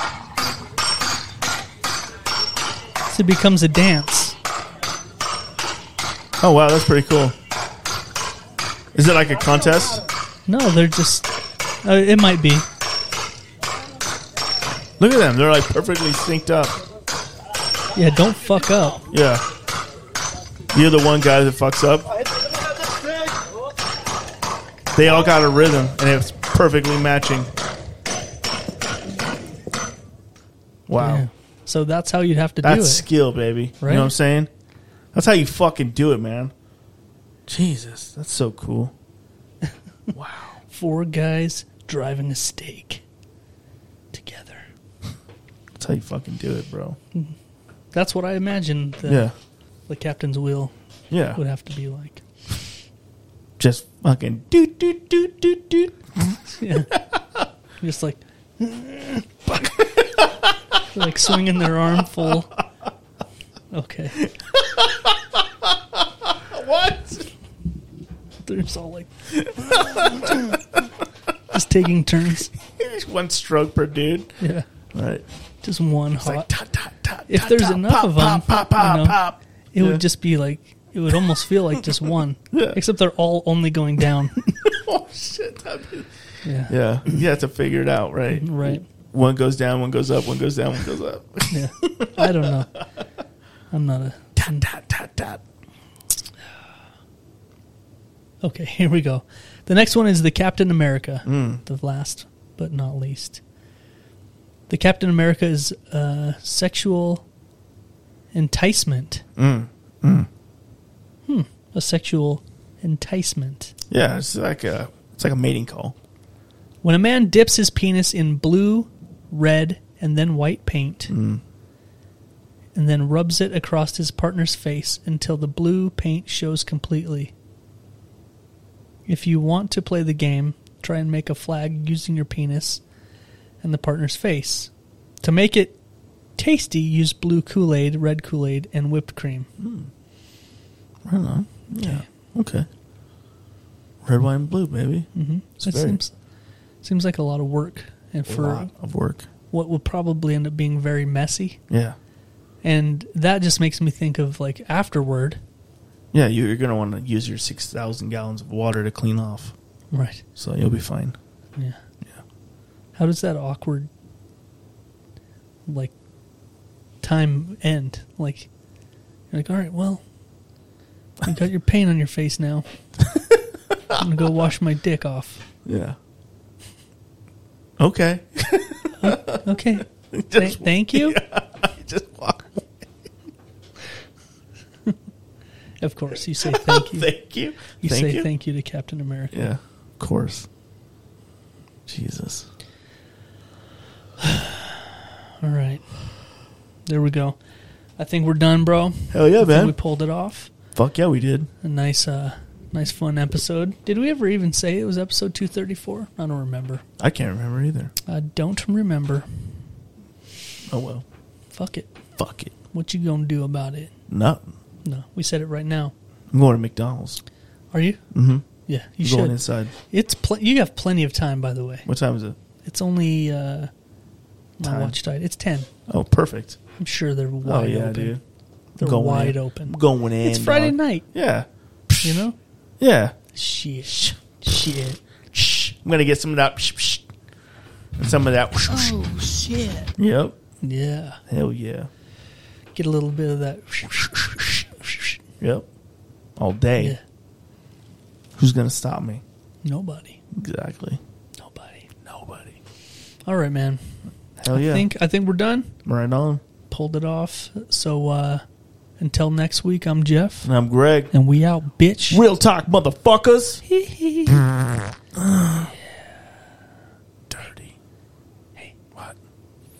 Speaker 3: So it becomes a dance.
Speaker 2: Oh wow, that's pretty cool. Is it like a contest?
Speaker 3: No, they're just. Uh, it might be.
Speaker 2: Look at them. They're like perfectly synced up.
Speaker 3: Yeah, don't fuck up.
Speaker 2: Yeah. You're the one guy that fucks up. They all got a rhythm, and it's perfectly matching. Wow.
Speaker 3: Yeah. So that's how you'd have to
Speaker 2: That's
Speaker 3: do it.
Speaker 2: skill, baby. You
Speaker 3: Right?
Speaker 2: know what I'm saying? That's how you fucking do it, man. Jesus, that's so cool.
Speaker 3: four guys driving a stake together.
Speaker 2: That's how you fucking do it, bro.
Speaker 3: That's what I imagined the,
Speaker 2: Yeah.
Speaker 3: the captain's wheel would
Speaker 2: Yeah.
Speaker 3: have to be like.
Speaker 2: Just fucking doot, doot, doot, doot, doot.
Speaker 3: Yeah. Just like, like swinging their arm full. Okay. what? They're just all like, just taking turns.
Speaker 2: Just one stroke per dude.
Speaker 3: Yeah.
Speaker 2: Right.
Speaker 3: Just one
Speaker 2: It's like, dot,
Speaker 3: hot.
Speaker 2: dot, dot,
Speaker 3: If
Speaker 2: dot,
Speaker 3: there's
Speaker 2: dot,
Speaker 3: enough
Speaker 2: pop,
Speaker 3: of 'em,
Speaker 2: pop, pop,
Speaker 3: you
Speaker 2: pop,
Speaker 3: know.
Speaker 2: pop.
Speaker 3: it
Speaker 2: Yeah.
Speaker 3: would just be like, it would almost feel like just one.
Speaker 2: Yeah.
Speaker 3: Except they're all only going down.
Speaker 2: Oh shit! that'd be-
Speaker 3: Yeah.
Speaker 2: Yeah, you have to figure it out, right?
Speaker 3: Right.
Speaker 2: One goes down, one goes up, one goes down, one goes up.
Speaker 3: Yeah. I don't know. I'm not a.
Speaker 2: dot dot dot dot.
Speaker 3: Okay, here we go. The next one is the Captain America, the last but not least. The Captain America is uh, sexual enticement. Hmm. A sexual enticement.
Speaker 2: Yeah, it's like a it's like a mating call.
Speaker 3: When a man dips his penis in blue, red, and then white paint,
Speaker 2: Mm.
Speaker 3: and then rubs it across his partner's face until the blue paint shows completely. If you want to play the game, try and make a flag using your penis and the partner's face. To make it Tasty used blue Kool Aid, red Kool Aid, and whipped cream.
Speaker 2: I don't know. Yeah. Okay. Red, white, and blue, baby. Mm-hmm. It's
Speaker 3: That
Speaker 2: very,
Speaker 3: seems seems like a lot of work, and
Speaker 2: a
Speaker 3: for
Speaker 2: lot of work.
Speaker 3: what will probably end up being very messy.
Speaker 2: Yeah.
Speaker 3: And that just makes me think of like afterward,
Speaker 2: Yeah, you- you're going to want to use your 6,000 gallons of water to clean off.
Speaker 3: right?
Speaker 2: So you'll be fine.
Speaker 3: Yeah. How does that awkward like time end? Like you're like, all right, well, you got your paint on your face now. I'm gonna go wash my dick off.
Speaker 2: Yeah. Okay.
Speaker 3: Okay. Th- thank you.
Speaker 2: Just walk.
Speaker 3: Of course, you say thank you.
Speaker 2: Thank you.
Speaker 3: you
Speaker 2: thank
Speaker 3: say
Speaker 2: you.
Speaker 3: thank you to Captain America.
Speaker 2: Yeah. Of course. Jesus.
Speaker 3: All right, there we go. I think we're done, bro.
Speaker 2: Hell yeah,
Speaker 3: I think
Speaker 2: man.
Speaker 3: we pulled it off.
Speaker 2: Fuck yeah, we did.
Speaker 3: A nice, uh, nice fun episode. Did we ever even say it was episode two thirty four? I don't remember.
Speaker 2: I can't remember either.
Speaker 3: I don't remember.
Speaker 2: Oh well.
Speaker 3: Fuck it.
Speaker 2: Fuck it.
Speaker 3: What you gonna do about it?
Speaker 2: Nothing.
Speaker 3: No, we said it right now.
Speaker 2: I'm going to McDonald's.
Speaker 3: Are you? Mm-hmm. Yeah, you
Speaker 2: I'm going
Speaker 3: should.
Speaker 2: inside.
Speaker 3: It's pl- you have plenty of time, by the way.
Speaker 2: What time is it?
Speaker 3: It's only uh, my
Speaker 2: Time.
Speaker 3: watch died. It's ten.
Speaker 2: Oh, perfect.
Speaker 3: I'm sure they're wide
Speaker 2: oh yeah,
Speaker 3: open.
Speaker 2: dude.
Speaker 3: They're
Speaker 2: Going
Speaker 3: wide
Speaker 2: in.
Speaker 3: open.
Speaker 2: I'm going in.
Speaker 3: It's Friday
Speaker 2: dog.
Speaker 3: night.
Speaker 2: Yeah.
Speaker 3: You know?
Speaker 2: Yeah.
Speaker 3: Shit. Shit.
Speaker 2: Shh. I'm gonna get some of that. Psh, psh. And some of that. whoosh, whoosh.
Speaker 5: Oh shit.
Speaker 3: Oh.
Speaker 2: Yep.
Speaker 3: Yeah.
Speaker 2: Hell yeah.
Speaker 3: Get a little bit of that.
Speaker 2: Yep. All day.
Speaker 3: Yeah.
Speaker 2: Who's gonna stop me?
Speaker 3: Nobody.
Speaker 2: Exactly.
Speaker 3: Nobody.
Speaker 2: Nobody.
Speaker 3: All right, man.
Speaker 2: Hell yeah.
Speaker 3: I think I think we're done.
Speaker 2: right on.
Speaker 3: Pulled it off. So uh until next week, I'm Jeff,
Speaker 2: And I'm Greg.
Speaker 3: and we out, bitch.
Speaker 2: Real talk, motherfuckers. Dirty.
Speaker 3: Hey.
Speaker 2: What?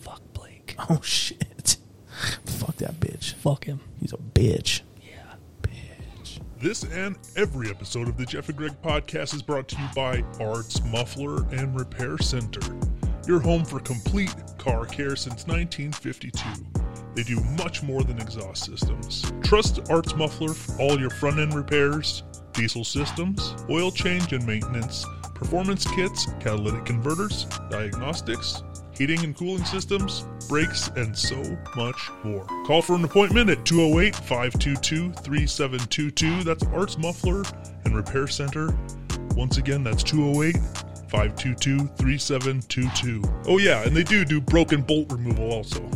Speaker 3: Fuck Blake.
Speaker 2: Oh shit. Fuck that bitch.
Speaker 3: Fuck him.
Speaker 2: He's a bitch.
Speaker 7: This and every episode of the Jeff and Greg podcast is brought to you by Arts Muffler and Repair Center, your home for complete car care since 1952. They do much more than exhaust systems. Trust Arts Muffler for all your front end repairs, diesel systems, oil change and maintenance, performance kits, catalytic converters, diagnostics, heating and cooling systems, brakes, and so much more. Call for an appointment at 208 522 3722. That's Arts Muffler and Repair Center. Once again, that's 208 Oh, 522 3722. Oh, yeah, and they do do broken bolt removal also.